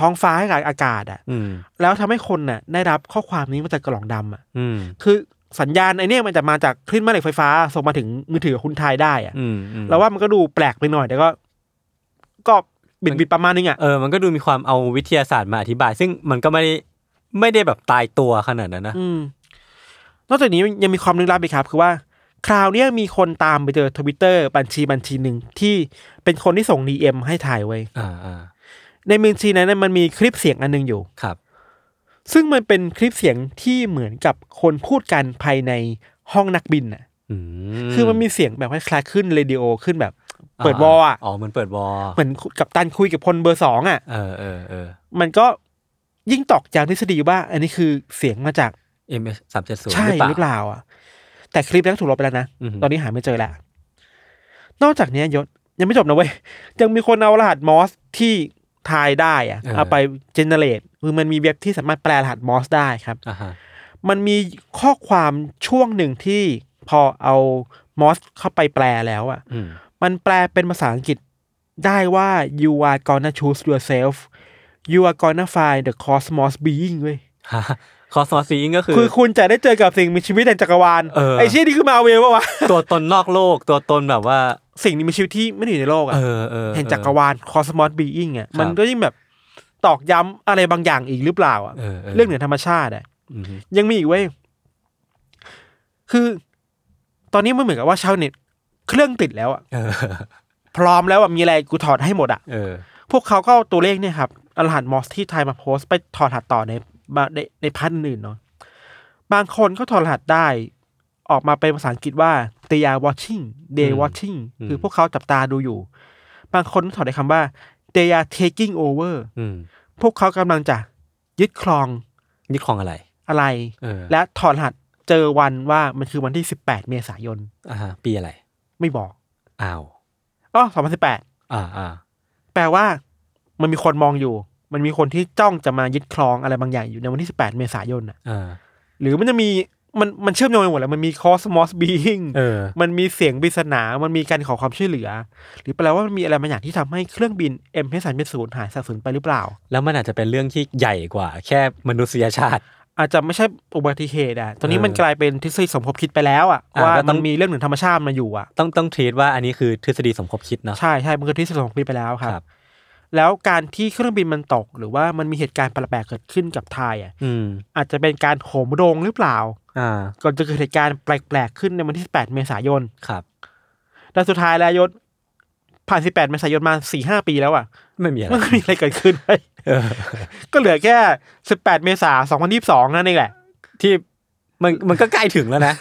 Speaker 2: ท้องฟ้าให้กับอากาศอ่ะ
Speaker 1: อืม
Speaker 2: แล้วทำให้คนน่ะได้รับข้อความนี้มาจากกล่องดำอ่ะ
Speaker 1: อืม
Speaker 2: คือสัญญาณไอเนี้ยมันจะมาจากคลื่นแม่เหล็กไฟฟ้าส่งมาถึงมือถือของคุณไทยได้อ่ะ
Speaker 1: อืมอืม
Speaker 2: เราว่ามันก็ดูแปลกไปหน่อยแต่ก็ ก็บิดบิดประมาณนึงอ่ะ
Speaker 1: เออมันก็ดูมีความเอาวิทยาศาสตร์มาอธิบาย ซึ่งมันก็ไม่ได้ไม่ได้แบบตายตัวขนาดนั้นนะ
Speaker 2: อืมนอกจากนี้ยังมีความลึกลับอีกครับ คือว่า คราวเนี้ยมีคนตามไปเจอทวิตเตอร์บัญชีบัญชีหนึ่งที่เป็นคนที่ส่งดีเอ็มให้ถ่ายไว้ย
Speaker 1: อ่าอ่า
Speaker 2: ในบัญชีนั้นนะมันมีคลิปเสียงอันหนึงอยู่
Speaker 1: ครับ
Speaker 2: ซึ่งมันเป็นคลิปเสียงที่เหมือนกับคนพูดกันภายในห้องนักบินอ่ะ
Speaker 1: อืม
Speaker 2: คือมันมีเสียงแบบคล้ายๆขึ้นเรดิโอขึ้นแบบ เปิดวอลอ่ะ
Speaker 1: อ๋อเหมือนเปิดวอล
Speaker 2: เหมือนกับตันคุยกับพลเบอร์สองอ่ะ
Speaker 1: เออเออเออ
Speaker 2: มันก็ยิ่งตอกย้ำทฤษฎีว่า อันนี้คือเสียงมาจาก
Speaker 1: MS สามเจ็ดศูนย์
Speaker 2: ใช่
Speaker 1: หรือเปล่า
Speaker 2: หรือเปล่าอ่ะ แต่คลิปนั้นก็ถูกลบไปแล้วนะ
Speaker 1: อือหือ
Speaker 2: ตอนนี้หาไม่เจอแล้ว นอกจากนี้ยศยังไม่จบนะเว้ย [LAUGHS] ยังมีคนเอารหัสมอสที่ทายได้อ่ะ
Speaker 1: เออ
Speaker 2: เอาไปเจเนเรตคือมันมีเว็บที่สามารถแปลรหัสมอสได้ครับ
Speaker 1: อ่าฮะ
Speaker 2: มันมีข้อความช่วงหนึ่งที่พอเอามอสเข้าไปแปลแล้วอ่ะ
Speaker 1: อืม [LAUGHS]
Speaker 2: มันแปลเป็นภาษาอังกฤษได้ว่า you are gonna choose yourself you are gonna find the cosmos being เว้ย
Speaker 1: คอสมอสีอิงก็คือ
Speaker 2: คือคุณจะได้เจอกับสิ่งมีชีวิตในจักรวาล
Speaker 1: เออ
Speaker 2: ไอ้เชี่ยนี่คือมาเวลปะวะ
Speaker 1: ตัวตนนอกโลกตัวตนแบบว่า
Speaker 2: สิ่งนี้มีชีวิตที่ไม่ได้อยู่ในโลกอะ
Speaker 1: เออเออ
Speaker 2: แห่งจักรวาล cosmos being อะมันก็ยิ่งแบบตอกย้ำอะไรบางอย่างอีกหรือเปล่าอะ
Speaker 1: เออเออ
Speaker 2: เรื่องเหนือธรรมชาติอะ
Speaker 1: อืม [LAUGHS]
Speaker 2: ยังมีอีกเว้ย คือ ตอนนี้มันเหมือนกับว่าชาวเน็ตเครื่องติดแล้วอะ
Speaker 1: เออ
Speaker 2: พร้อมแล้วอะมีอะไรกูถอดให้หมดอะ
Speaker 1: เออ
Speaker 2: พวกเขาก็เอาตัวเลขเนี่ยครับอรหัสมอสที่ไทยมาโพสต์ไปถอดรหัสต่อในบในในพันอื่นเนาะบางคนก็ถอดรหัสได้ ออกมาเป็นภาษาอังกฤษว่า they are watching they
Speaker 1: อืม
Speaker 2: watching
Speaker 1: อืม
Speaker 2: คือพวกเขาจับตาดูอยู่ บางคนถอดได้คำว่า they are taking over
Speaker 1: อืม
Speaker 2: พวกเขากำลังจะยึดครอง
Speaker 1: นี่คลองอะไร
Speaker 2: อะไร
Speaker 1: เออ
Speaker 2: และถอดรหัสเจอวันว่ามันคือวันที่ 18 เมษายน
Speaker 1: อ่าฮะปีอะไร
Speaker 2: ไม่บอก
Speaker 1: อ้าว
Speaker 2: อ๋อ
Speaker 1: อ
Speaker 2: 2018
Speaker 1: ่าอ่า
Speaker 2: แปลว่ามันมีคนมองอยู่ มันมีคนที่จ้องจะมายึดครองอะไรบางอย่างอยู่ในวันที่ 18 เมษายนน่ะ
Speaker 1: อ่า
Speaker 2: หรือมันจะมีมันมันเชื่อมโยงไปหมดแล้วมันมีคอสมอสบีอิง
Speaker 1: [LAUGHS] เออ
Speaker 2: มันมีเสียงปริศนา มันมีการขอความช่วยเหลือ หรือแปลว่ามันมีอะไรบางอย่างที่ทำให้เครื่องบิน m อ็มเศูนย์หายสาบสูญไปหรือเปล่า
Speaker 1: แล้วมันอาจจะเป็นเรื่องที่ใหญ่กว่า แค่มนุษยชาติ
Speaker 2: อาจจะไม่ใช่อุบัติเหตุอ่ะ ตอนนี้
Speaker 1: เออ
Speaker 2: มันกลายเป็นทฤษฎีสมคบคิดไปแล้วอ่ะ
Speaker 1: อ่ะ
Speaker 2: ว่า
Speaker 1: ก็ต้
Speaker 2: มั
Speaker 1: อน ง
Speaker 2: มีเรื่องหนึ่งธรรมชาติมาอยู่อ่ะ
Speaker 1: ต้องต้องทีตว่าอันนี้คือทฤษฎีสมคบคิดเนาะ
Speaker 2: ใช่ใช่มันคือทฤษฎีสมคบคิดไปแล้วครับ
Speaker 1: ครับ
Speaker 2: แล้วการที่เครื่องบินมันตก หรือว่ามันมีเหตุการณ์แปลกๆเกิดขึ้นกับไทยอ่ะ
Speaker 1: อืม
Speaker 2: อาจจะเป็นการโหมโรงหรือเปล่า
Speaker 1: อ่า
Speaker 2: ก่อนจะเกิดเหตุการณ์แปลกๆขึ้นในวันที่ 18 เมษายน
Speaker 1: ครับ
Speaker 2: แต่สุดท้ายแล้วยศผ่าน 18 เมษายนมา 4-5 ปีแล้วอ่ะ
Speaker 1: ไม่มีอะไร
Speaker 2: มันก็มีอะไรเกิดขึ้น
Speaker 1: เออ
Speaker 2: ก็เหลือแค่ 18 เมษายน 2022 นั่นเองแหละ
Speaker 1: ที่มันมันก็ใกล้ถึงแล้ว
Speaker 2: [LAUGHS]
Speaker 1: นะ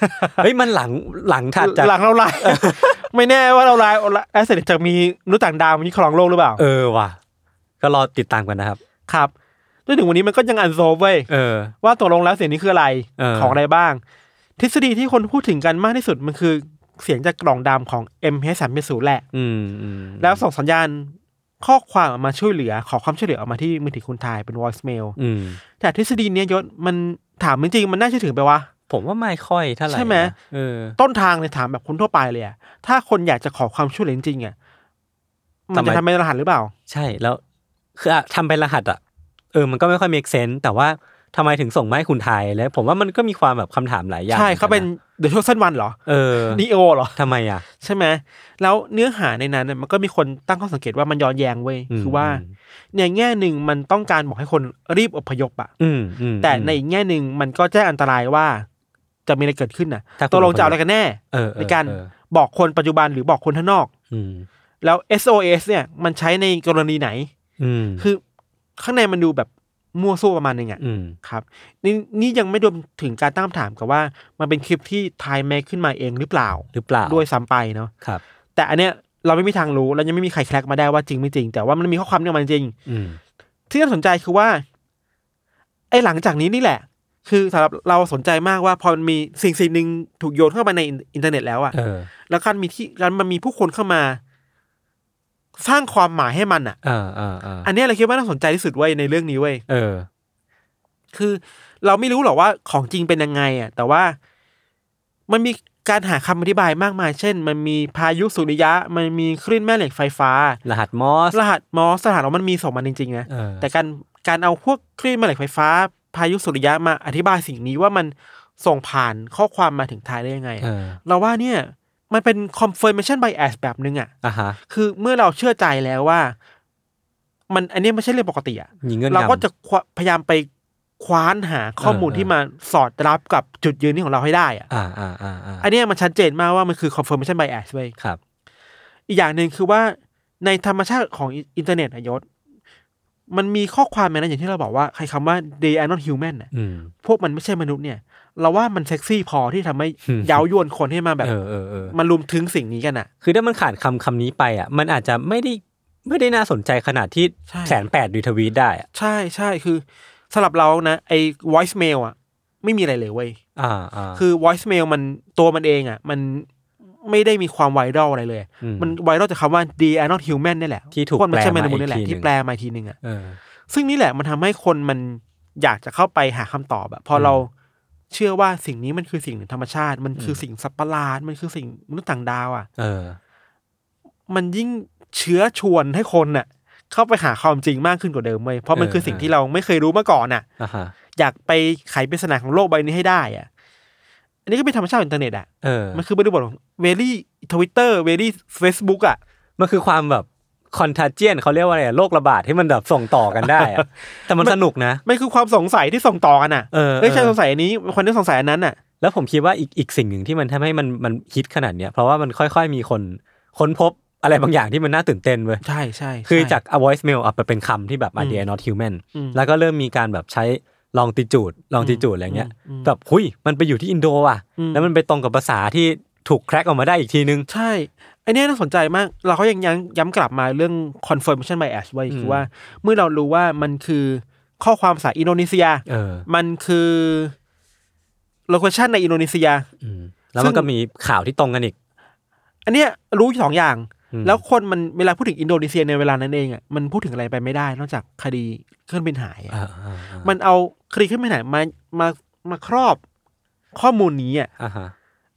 Speaker 1: เฮ้ยมันหลังหลังถัดจาก
Speaker 2: หลังเราลาย [LAUGHS] ไม่แน่ว่าเราลายแอสเซทจะมีมนุษย์ต่างดาวมันครองโลกหรือเปล่า
Speaker 1: เออว่ะก็รอติดตามกันนะครับ
Speaker 2: ครับจนถึงวันนี้มันก็ยังอันโซเว้ย
Speaker 1: เออ
Speaker 2: ว่าตกลงแล้วเสียงนี้คืออะไร
Speaker 1: เออ
Speaker 2: ของอะไรบ้าง ทฤษฎีที่คนพูดถึงกันมากที่สุดมันคือเสียงจากกล่องดำของ m h 3 0แหละ
Speaker 1: อืมอืม
Speaker 2: แล้วส่งสัญญาณข้อความออกมาช่วยเหลือ ขอความช่วยเหลือออกมาที่มือถือคุณทายเป็น voice mail
Speaker 1: อืม
Speaker 2: แต่ทฤษฎีเนี้ยยศมันถามจริงๆมันน่าเชื่อถือไปวะ
Speaker 1: ผมว่าไม่ค่อยเท่าไหร่
Speaker 2: ใช่ไหม
Speaker 1: นะเออ
Speaker 2: ต้นทางเลยถามแบบคนทั่วไปเลยอะถ้าคนอยากจะขอความช่วยเหลือจริงๆอะมันจะ
Speaker 1: ทำไม
Speaker 2: ทำเป็นรหัสหรือเปล่า
Speaker 1: ใช่แล้วคืออะทำเป็นรหัสอ่ะเออมันก็ไม่ค่อยมีเซนแต่ว่าทำไมถึงส่งมาให้คุณไทยแล้ว ผมว่ามันก็มีความแบบคำถามหลายอย่าง
Speaker 2: ใช่เขาเป็น
Speaker 1: ะ
Speaker 2: เดอะโชคเส้นวันเหรอ
Speaker 1: เออ
Speaker 2: นีโอเหรอ
Speaker 1: ทำไมอ่ะ
Speaker 2: ใช่ไหมแล้วเนื้อหาในนั้นน่ะมันก็มีคนตั้งข้อสังเกตว่ามันย้อนแย้งเว้ย
Speaker 1: อืม
Speaker 2: คือว่าในแง่หนึ่งมันต้องการบอกให้คนรีบอพยพอะ
Speaker 1: อืมอืม
Speaker 2: แต่
Speaker 1: อืม
Speaker 2: ในอีกแง่หนึ่งมันก็แจ้งอันตรายว่า จะมีอะไรเกิดขึ้นน่ะ
Speaker 1: ถ้าคุณ
Speaker 2: ตกลง
Speaker 1: อพยพ
Speaker 2: จะเอาอะไรกันแน่
Speaker 1: เออเออ
Speaker 2: ในการ
Speaker 1: เออ
Speaker 2: บอกคนปัจจุบันหรือบอกคนข้างนอก
Speaker 1: อืม
Speaker 2: แล้ว SOS เนี่ยมันใช้ในกรณีไหน
Speaker 1: อืม
Speaker 2: คือข้างในมันดูแบบมั่วซั่วประมาณหนึงอะ
Speaker 1: อืม
Speaker 2: ครับนี่นี่ยังไม่รวมถึงการตั้งคำถามกับว่า มันเป็นคลิปที่ไทยแมคขึ้นมาเองหรือเปล่า
Speaker 1: หรือเปล่า
Speaker 2: ด้วยซ้ำไปเนาะ
Speaker 1: ครับ
Speaker 2: แต่อันเนี้ยเราไม่มีทางรู้และยังไม่มีใครแคลกมาได้ว่าจริงไม่จริง แต่ว่ามันมีข้อความเนี่ยมันจริง
Speaker 1: อืม
Speaker 2: ที่น่าสนใจคือว่าไอ้หลังจากนี้นี่แหละ คือสำหรับเราสนใจมากว่าพอมันมีสิ่งสิ่งหนึ่งถูกโยนเข้าไปในอินเทอร์เน็ตแล้วอะ
Speaker 1: เออ
Speaker 2: แล้วการมีที่การมันมีผู้คนเข้ามา สร้างความหมายให้มันอ่ะ
Speaker 1: เออเออเออ
Speaker 2: อันเนี้ยเราคิดว่าน่าสนใจที่สุดเว้ยในเรื่องนี้เว้ย
Speaker 1: เออ
Speaker 2: คือเราไม่รู้หรอกว่าของจริงเป็นยังไงอ่ะ แต่ว่ามันมีการหาคำอธิบายมากมาย เช่น มันมีพายุสุริยะ มันมีคลื่นแม่เหล็กไฟฟ้า
Speaker 1: รหัสมอส
Speaker 2: รหัสมอสสถานของมันมีสองมันจริงๆนะ
Speaker 1: เออ
Speaker 2: แต่การการเอาพวกคลื่นแม่เหล็กไฟฟ้า พายุสุริยะมาอธิบายสิ่งนี้ว่ามันส่งผ่านข้อความมาถึงไทยได้ยังไงอะ
Speaker 1: เออ
Speaker 2: เราว่าเนี่ยมันเป็น confirmation bias แบบนึงอ่ะ
Speaker 1: อ่ะฮะ
Speaker 2: คือเมื่อเราเชื่อใจแล้วว่า มันอันเนี้ยไม่ใช่เรื่องปกติอ่ะ
Speaker 1: ยิงเงื่อน
Speaker 2: เราก็
Speaker 1: งำ
Speaker 2: จะควพยายามไปคว้านหาข้อมูล
Speaker 1: เออ
Speaker 2: ที่มาสอดรับกับจุดยืนนี้ของเราให้ได้อะ
Speaker 1: อ่าอ่าอ่าอ่า
Speaker 2: อันเนี้ยมันชัดเจนมากว่ามันคือ confirmation bias เว้ย
Speaker 1: ครับ
Speaker 2: อีกอย่างหนึ่งคือว่าในธรรมชาติของอิอินเทอร์เน็ตอะยศ มันมีข้อความในนั้นอย่างที่เราบอกว่าใครคำว่า they are not human น่ะ
Speaker 1: อืม
Speaker 2: พวกมันไม่ใช่มนุษย์เนี่ย เราว่ามันเซ็กซี่พอที่
Speaker 1: [LAUGHS]
Speaker 2: ทำให้ เย้ายวนคนให้มาแบบ
Speaker 1: เออเออเออ
Speaker 2: มันรุมถึงสิ่งนี้กันอ่ะ
Speaker 1: คือถ้ามันขาดคำคำนี้ไปอ่ะ มันอาจจะไม่ได้ไม่ได้น่าสนใจขนาดที่
Speaker 2: ใช่
Speaker 1: แสนแปดรีทวีตได้อ่ะ
Speaker 2: ใช่ใช่คือสำหรับเรานะไอ้ voice mail อ่ะ ไม่มีอะไรเลยเว้ย
Speaker 1: อ่าอ่า
Speaker 2: คือ voicemail มันตัวมันเองอ่ะ มันไม่ได้มีความไวรัลอะไรเลย
Speaker 1: ม
Speaker 2: มันไวรัลจากคำว่า d are not human นี่แหละ
Speaker 1: ที่ถูก
Speaker 2: คนมันใช่
Speaker 1: แปล
Speaker 2: แม
Speaker 1: มา
Speaker 2: นุษย์นี่แหละ
Speaker 1: อีกทีหนึ่ง
Speaker 2: ที่แปลมาอีกทีหนึ่งอ่ะ
Speaker 1: เออ
Speaker 2: ซึ่งนี่แหละมันทำให้คนมันอยากจะเข้าไปหาคำตอบอะพออ
Speaker 1: ม
Speaker 2: เราเชื่อว่าสิ่งนี้มันคือสิ่งเหนือธรรมชาติ มันคืออ
Speaker 1: ม
Speaker 2: สิ่งสัตว์ประหลาดมันคือสิ่งมนุษย์ต่างดาวอ่ะ
Speaker 1: เออ
Speaker 2: มันยิ่งเชื้อชวนให้คนน่ะ เข้าไปหาความจริงมากขึ้นกว่าเดิมเว้ยเพราะมัน
Speaker 1: เออ
Speaker 2: คือสิ่ง
Speaker 1: เออ
Speaker 2: ที่เราไม่เคยรู้มาก่อนอ่ะ
Speaker 1: อ่าฮะ
Speaker 2: อยากไปไขปริศนาของโลกใบนี้ให้ได้อ่ะ อันนี้ก็เป็นธรรมชาติของอินเทอร์เน็ตอ่ะ
Speaker 1: เออ
Speaker 2: มันคือบริบทของเวลี่ทวิตเตอร์เวลี่เฟซบุ๊กอ่ะ
Speaker 1: มันคือความแบบคอนทาเจียนเขาเรียกว่าอะไรอะโรคระบาดที่มันแบบส่งต่อกันได้อะ [LAUGHS] แต่มันสนุกนะ
Speaker 2: มันคือความสงสัยที่ส่งต่อกันอ่ะ
Speaker 1: เออ
Speaker 2: เฮ้ยใช่
Speaker 1: เออ
Speaker 2: สงสัยอันนี้คนที่สงสัยอันนั้นอ่ะ
Speaker 1: แล้วผมคิดว่าอีกอีกสิ่งหนึ่งที่มันทำให้มันมันฮิตขนาดเนี้ยเพราะว่ามันค่อยๆมีคนค้นพบอะไรบางอย่างที่มันน่าตื่นเต้นเว้ย
Speaker 2: ใช่ใช่
Speaker 1: คือ
Speaker 2: ใช่
Speaker 1: จาก a voice mail อ่ะไปเป็นคำที่แบบ
Speaker 2: อืม
Speaker 1: idea not human
Speaker 2: อืม
Speaker 1: แล้วก็เริ่มมีการแบบใช้ longitude longitude อะไรเงี้ย
Speaker 2: อืม
Speaker 1: แบบหุยมันไปอยู่ที่อินโดอ่ะ
Speaker 2: อืม
Speaker 1: แล้วมันไปตรงกับภาษาที่ถูกแคร็กออกมาได้อีกทีนึง
Speaker 2: ใช่ไอันนี้ยน่าสนใจมาก เราก็ยังยังย้ำกลับมาเรื่อง confirmation bias ไว้
Speaker 1: อืม
Speaker 2: คือว่า เมื่อเรารู้ว่ามันคือข้อความภาษาอินโดนีเซีย
Speaker 1: เออ
Speaker 2: มันคือ location ในอินโดนีเซีย
Speaker 1: อืมแล้วมันก็มีข่าวที่ตรงกันอีก
Speaker 2: อันเนี้ยรู้อยู่สองอย่าง
Speaker 1: อืม
Speaker 2: แล้วคนมันเวลาพูดถึงอินโดนีเซียในเวลานั้นเองอ่ะมันพูดถึงอะไรไปไม่ได้ นอกจากคดีเครื่องบินหายอะ
Speaker 1: อ่าอ่าอ่า
Speaker 2: มันเอาคดีขึ้นไปไหนมา มา มาครอบข้อมูลนี้อ่ะ
Speaker 1: อ่าฮะ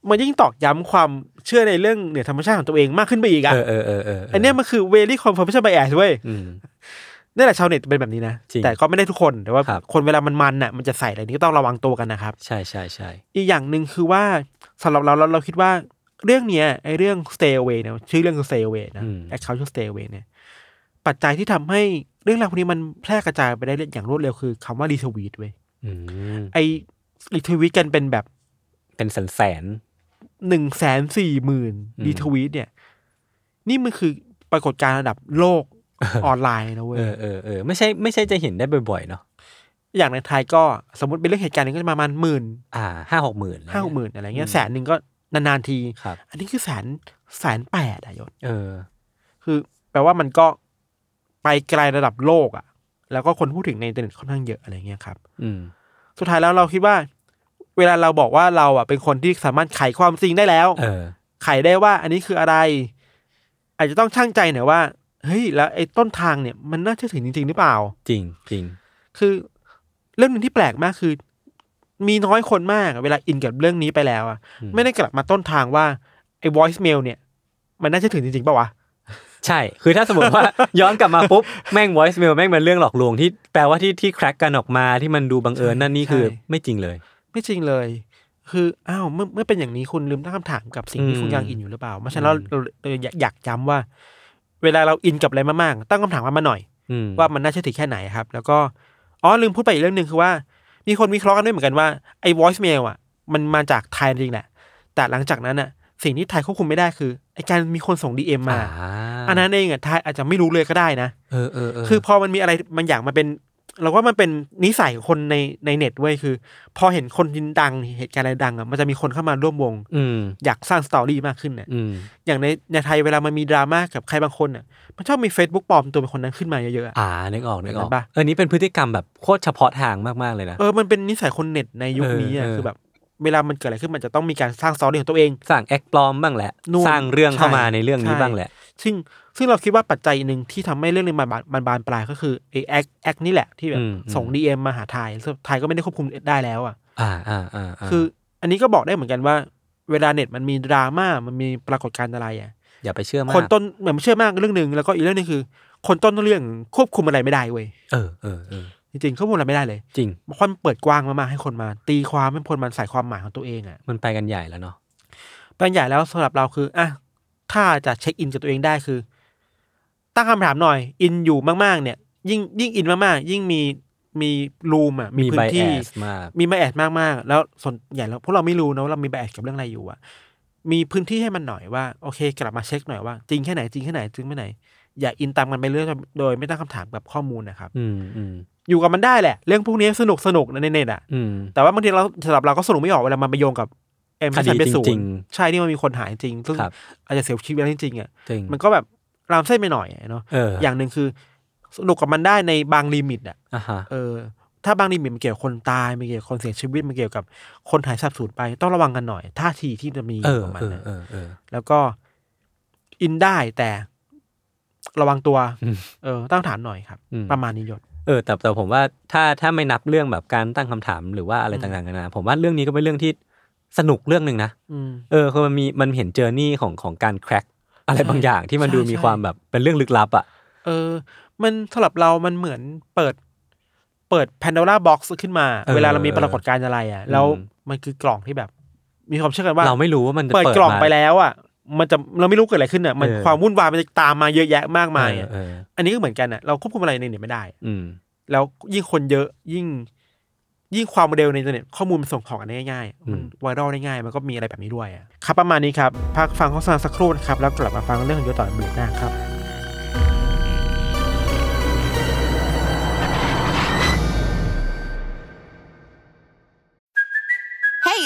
Speaker 2: มันยิ่งตอกย้ำความเชื่อในเรื่องเหนือธรรมชาติของตัวเองมากขึ้นไปอีกอ่ะ
Speaker 1: เออเออเออเออ
Speaker 2: อันเนี้ยมันคือเวลี่คอม f ฟ r m a t i o n bias เว้ย
Speaker 1: อืม
Speaker 2: นี่แหละชาวเน็ตเป็นแบบนี้นะ
Speaker 1: จริง
Speaker 2: แต่ก็ไม่ได้ทุกคน แต่ว่า
Speaker 1: ครับ
Speaker 2: คนเวลามันมันน่ะ มันจะใส่อะไรนี้ก็ต้องระวังตัวกันนะครับ
Speaker 1: ใช่ใช่ใช่
Speaker 2: อีกอย่างหนึ่งคือว่าสำหรับเราเราเราคิดว่าเรื่องเนี้ยไอ้เรื่อง stay away เนี่ยชื่อเรื่องคือ stay away นะแอคเคาท์ชื่อ stay away เนี่ย ปัจจัยที่ทำให้เรื่องราวพวกนี้มันแพร่กระจายไปได้อย่างรวดเร็วคือคำว่า retweet เว้ย
Speaker 1: อืม
Speaker 2: ไอรีทวีตกันเป็นแบบ
Speaker 1: เป็นแสนแสน
Speaker 2: หนึ่งแสนสี่หมื่น
Speaker 1: อืม
Speaker 2: รีทวีตเนี่ย นี่มันคือปรากฏการณ์ระดับโล
Speaker 1: [LAUGHS]
Speaker 2: กออนไลน์นะเว้ย
Speaker 1: เออเออเออไม่ใช่ไม่ใช่จะเห็นได้บ่อยๆเนาะ
Speaker 2: อย่างในไทยก็สมมติเป็นเรื่องเหตุการณ์หนึงก็จะประมาณหมื่น
Speaker 1: อ่าห้าหกหมื่น
Speaker 2: ห้าหกหมื่นอะไรเงี้
Speaker 1: อื
Speaker 2: ย
Speaker 1: ม
Speaker 2: แสนหนึ่งก็นานๆที
Speaker 1: ครับ
Speaker 2: อันนี้คือแสนแสนแปดอะยศ
Speaker 1: เออ
Speaker 2: คือแปลว่ามันก็ไปไกลระดับโลกอะแล้วก็คนพูดถึงในอินเทอร์เน็ตค่อนข้างเยอะอะไรเงี้ยครับ
Speaker 1: อืม
Speaker 2: สุดท้ายแล้วเราคิดว่า เวลาเราบอกว่าเราอะเป็นคนที่สามารถไขความจริงได้แล้ว
Speaker 1: เออ
Speaker 2: ไขได้ว่าอันนี้คืออะไร อาจจะต้องช่างใจหน่อยว่า เฮ้ย แล้วไอ้ต้นทางเนี่ยมันน่าเชื่อถือจริง ๆ หรือเปล่า
Speaker 1: จริงจริง
Speaker 2: คือเรื่องหนึ่งที่แปลกมากคือ มีน้อยคนมากอะเวลาอินกับเรื่องนี้ไปแล้วอะ
Speaker 1: อื
Speaker 2: ไม่ได้กลับมาต้นทางว่าไอ้ voice mail เนี่ย มันน่าเชื่อถือจริงๆเปล่าวะ
Speaker 1: ใช่ คือถ้าสมมติว่า [LAUGHS] ย้อนกลับมาปุ๊บ แม่ง voice mail แม่งเป็นเรื่องหลอกลวงที่แปลว่าที่ที่แคร็กกันออกมาที่มันดูบังเอิญนั่นนี่คือ
Speaker 2: ใช่
Speaker 1: ไม่จริงเลย
Speaker 2: ไม่จริงเลย คืออ้าวเมื่อเมื่อเป็นอย่างนี้คุณลืมตั้งคำถามกับสิ่งที่คุณยังอินอยู่หรือเปล่าเพราะฉะนั้นเราเราเราอยากอยากย้ำว่า เวลาเราอินกับอะไรมากๆตั้งคำถามมันมาหน่อย
Speaker 1: อืม
Speaker 2: ว่ามันน่าเชื่อถือแค่ไหนครับ แล้วก็อ๋อลืมพูดไปอีกเรื่องหนึ่งคือว่า มีคนวิเคราะห์กันด้วยเหมือนกันว่าไอ้ voice mail อ่ะ มันมาจากไทยจริงแหละ แต่หลังจากนั้นอ่ะ สิ่งที่ไทยควบคุมไม่ได้คือไอ้การมีคนส่ง DM มา อันนั้นเองอ่ะไทยอาจจะไม่รู้เลยก็ได้นะ
Speaker 1: เออเออเออ
Speaker 2: คือพอมันมีอะไรบางอย่างมันเป็น เราว่ามันเป็นนิสัยของคนในในเน็ตเว้ยคือ พอเห็นคนดังเหตุการณ์อะไรดังอ่ะมันจะมีคนเข้ามาร่วมวง
Speaker 1: อืม
Speaker 2: อยากสร้างสตอรี่มากขึ้นเนี่ย
Speaker 1: อืม
Speaker 2: อย่างในในไทยเวลามันมีดราม่ากับใครบางคนอ่ะมันชอบมี Facebook ปลอมตัวเป็นคนนั้นขึ้นมาเยอะๆอะ
Speaker 1: อ่านึกออกนึกออก
Speaker 2: เห็นปะ
Speaker 1: เออนี่เป็นพฤติกรรมแบบโคตรเฉพาะทางมากๆเลยนะ
Speaker 2: เออ มันเป็นนิสัยคนเน็ตในยุคนี้อ่ะ
Speaker 1: เออเออ
Speaker 2: คือแบบ เวลามันเกิดอะไรขึ้นมันจะต้องมีการสร้างสตอรี่ของตัวเอง
Speaker 1: สร้างแอคปลอมบ้างแหละ
Speaker 2: นู่น
Speaker 1: สร้างเรื่องเข้ามา
Speaker 2: ใช่
Speaker 1: ในเรื่องนี้
Speaker 2: ใช่
Speaker 1: บ้างแหละ
Speaker 2: ซึ่ง ซึ่งเราคิดว่าปัจจัยหนึ่งที่ทำให้เรื่องนี้มันบานมันบานปลายก็คือไอ้แอคแอคนี่แหละที่แบ
Speaker 1: อื
Speaker 2: บ
Speaker 1: มอืม
Speaker 2: ส่งดีเอ็มมาหาไทยซึ่งไทยก็ไม่ได้ควบคุมได้แล้วอ่ะ
Speaker 1: อ่าอ่าอ่าา
Speaker 2: คืออันนี้ก็บอกได้เหมือนกันว่า เวลาเน็ตมันมีดราม่ามันมีปรากฏการณ์อะไรอ่ะ
Speaker 1: อย่าไปเชื่อมาก
Speaker 2: คนต้นเหมือนเชื่อมากเรื่องหนึ่งแล้วก็อีกเรื่องหนึงคือ คนต้นเรื่องควบคุมอะไรไม่ได้เว้ย
Speaker 1: เออเออเออ
Speaker 2: จริงๆควบคุมอะไรไม่ได้เลย
Speaker 1: จริง
Speaker 2: คนเปิดกว้างมากๆให้คนมา ตีความให้คนมันใส่ความหมายของตัวเองอ่ะ
Speaker 1: มันไปกันใหญ่แล้วเนาะ
Speaker 2: เป็นใหญ่แล้วสำหรับเราคืออ่ะถ้าจะเช็คอินกับตัวเองได้คือ ตั้งคำถามหน่อย อินอยู่มากๆ เนี่ย ยิ่งยิ่งอินมากๆ ยิ่งมีมีรูมอ่ะมี
Speaker 1: มี
Speaker 2: พื้
Speaker 1: ไบ
Speaker 2: น
Speaker 1: แอ
Speaker 2: ที่
Speaker 1: สมาก
Speaker 2: มีไบแอดมากมากๆ แล้วส่วนใหญ่แล้วพวกเราไม่รู้นะว่าเรามีไบแอดกับเรื่องอะไรอยู่อะมีพื้นที่ให้มันหน่อยว่าโอเค กลับมาเช็คหน่อยว่า จริงแค่ไหนจริงแค่ไหนจริงไม่ไหน อย่าอินตามกันไปเรื่อยโดยไม่ตั้งคำถามกับข้อมูลนะครับ
Speaker 1: อืมอืม
Speaker 2: อยู่กับมันได้แหละ เรื่องพวกนี้สนุกสนุกๆนะในเน็ตอะ
Speaker 1: อืม
Speaker 2: แต่ว่าบางทีเราสำหรับเราก็สนุกไม่ออกเวลามันไปโยงกับเอ็ม
Speaker 1: คดี
Speaker 2: ที่ฉันไปสู
Speaker 1: จริงๆ
Speaker 2: ใช่นี่มันมีคนหายจริงซึ่ง
Speaker 1: ครับ
Speaker 2: อาจจะเสียชีวิตแล้วจริงๆอะ
Speaker 1: จริง
Speaker 2: มันก็แบบรามเส้นไปหน่อยอะเนาะ
Speaker 1: เออ
Speaker 2: อ
Speaker 1: อย่าง
Speaker 2: หนึ่งคือสนุกกับมันได้ในบางลิมิตอะ
Speaker 1: อ่าฮะ
Speaker 2: เออถ้าบางทีมันเกี่ยวกับคนตายมันเกี่ยวกับคนเสียชีวิตมันเกี่ยวกับคนหายสับสูญไป ต้องระวังกันหน่อยท่าทีที่จะมี
Speaker 1: เออ
Speaker 2: ของมัน
Speaker 1: เออ
Speaker 2: นะ
Speaker 1: เออเออ
Speaker 2: แล้วก็อินได้แต่ระวังตัว
Speaker 1: อืม
Speaker 2: เออตั้งฐานหน่อยครับ
Speaker 1: อืม
Speaker 2: ประมาณนี้ยศ
Speaker 1: เออแต่แต่ผมว่าถ้าถ้าไม่นับเรื่องแบบการตั้งคำถามหรือว่าอะไร
Speaker 2: อืม
Speaker 1: ต่างๆกันานะผมว่าเรื่องนี้ก็เป็นเรื่องที่สนุกเรื่องหนึ่งนะ
Speaker 2: อืม
Speaker 1: เออคือมันมีมันเห็นเจอร์นี่ของของการแครกอะไร
Speaker 2: ใช่
Speaker 1: บางอย่างที่มัน
Speaker 2: ใช่
Speaker 1: ดูมี
Speaker 2: ใช่
Speaker 1: ความแบบเป็นเรื่องลึกลับอ่ะ
Speaker 2: เออ มันสำหรับเรามันเหมือนเปิด เปิดแพนด o ร่าบ็อกซ์ขึ้นมา เวลาเรามีปรากฏการณ์อะไรอ่ะแล้วมันคือกล่องที่แบบ มีความเชื่อกันว่า
Speaker 1: เราไม่รู้ว่ามันจะ
Speaker 2: เปิด
Speaker 1: เปิด
Speaker 2: กล่อง
Speaker 1: มา
Speaker 2: ไปแล้วอ่ะ มันจะเราไม่รู้เกิดอะไรขึ้นอ่ะ มัน
Speaker 1: เออ
Speaker 2: ความวุ่นวายมันจะตามมาเยอะแยะมากมายอ่ะ
Speaker 1: เออเออ
Speaker 2: อันนี้ก็เหมือนกันอ่ะ เราควบคุมอะไรในเน็ตไม่ได้
Speaker 1: อืม
Speaker 2: แล้วยิ่งคนเยอะยิ่ง ยิ่งความเร็วในอินเทอร์เน็ตข้อมูลมันส่งของกันได้ง่ายๆ มัน
Speaker 1: อืม
Speaker 2: ไวรัลได้ง่ายมันก็มีอะไรแบบนี้ด้วยอ่ะครับประมาณนี้ครับพักฟังโฆษณาสักครู่นะครับ แล้วกลับมาฟังเรื่องของโยต่อในเบรกหน้าครับ
Speaker 4: Hey,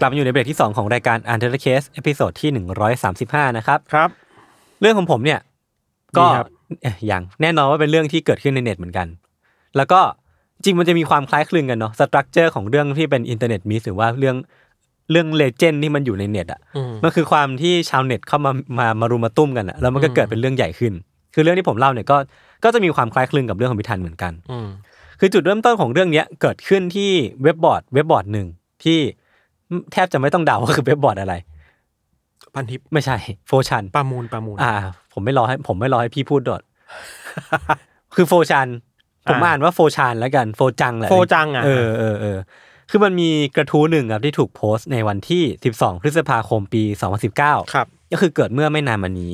Speaker 1: กลับมาอยู่ในเบรกที่ 2 ของรายการ u n t e r Case เอพิโซดที่ 135 นะครับ
Speaker 2: ครับ
Speaker 1: เรื่องของผมเนี่ย ก็
Speaker 2: ดีครับ
Speaker 1: เอ่ออย่างแน่นอนว่าเป็นเรื่องที่เกิดขึ้นในเน็ตเหมือนกัน แล้วก็จริงมันจะมีความคล้ายคลึงกันเนาะสตรัคเจอร์ของเรื่องที่เป็นอินเทอร์เน็ตมิสหรือว่าเรื่องเรื่องเลเจนด์ที่มันอยู่ในเน็ตอ่ะมันคือความที่ชาวเน็ตเข้ามามามารุมมาตุ้มกันอะแล้วมันก็เกิดเป็นเรื่องใหญ่ขึ้น คือเรื่องที่ผมเล่าเนี่ยก็ก็จะมีความคล้ายคลึงกับเรื่องของพิธันเหมือนกัน คือจุดเริ่มต้นของเรื่องเนี้ยเกิดขึ้นที่เว็บบอร์ดเว็บบอร์ดหนึ่งที่แทบจะไม่ต้องเดาว่าคือเว็บบอร์ดอะไร
Speaker 2: พันทิป
Speaker 1: ไม่ใช่โฟชัน
Speaker 2: ประมูลประมูล
Speaker 1: อ่า ผมไม่รอให้ผมไม่รอให้พี่พูดโดด [LAUGHS] คือโฟชัน ผม
Speaker 2: อ่า
Speaker 1: อ่านว่าโฟชันแล้วกัน โฟจังแหละ
Speaker 2: โฟจังอ่ะ
Speaker 1: เออเออเออคือมันมีกระทู้หนึ่งครับที่ถูกโพสต์ในวันที่ 12 พฤษภาคมปี 2019
Speaker 2: ครับ
Speaker 1: ก็คือเกิดเมื่อไม่นานมานี้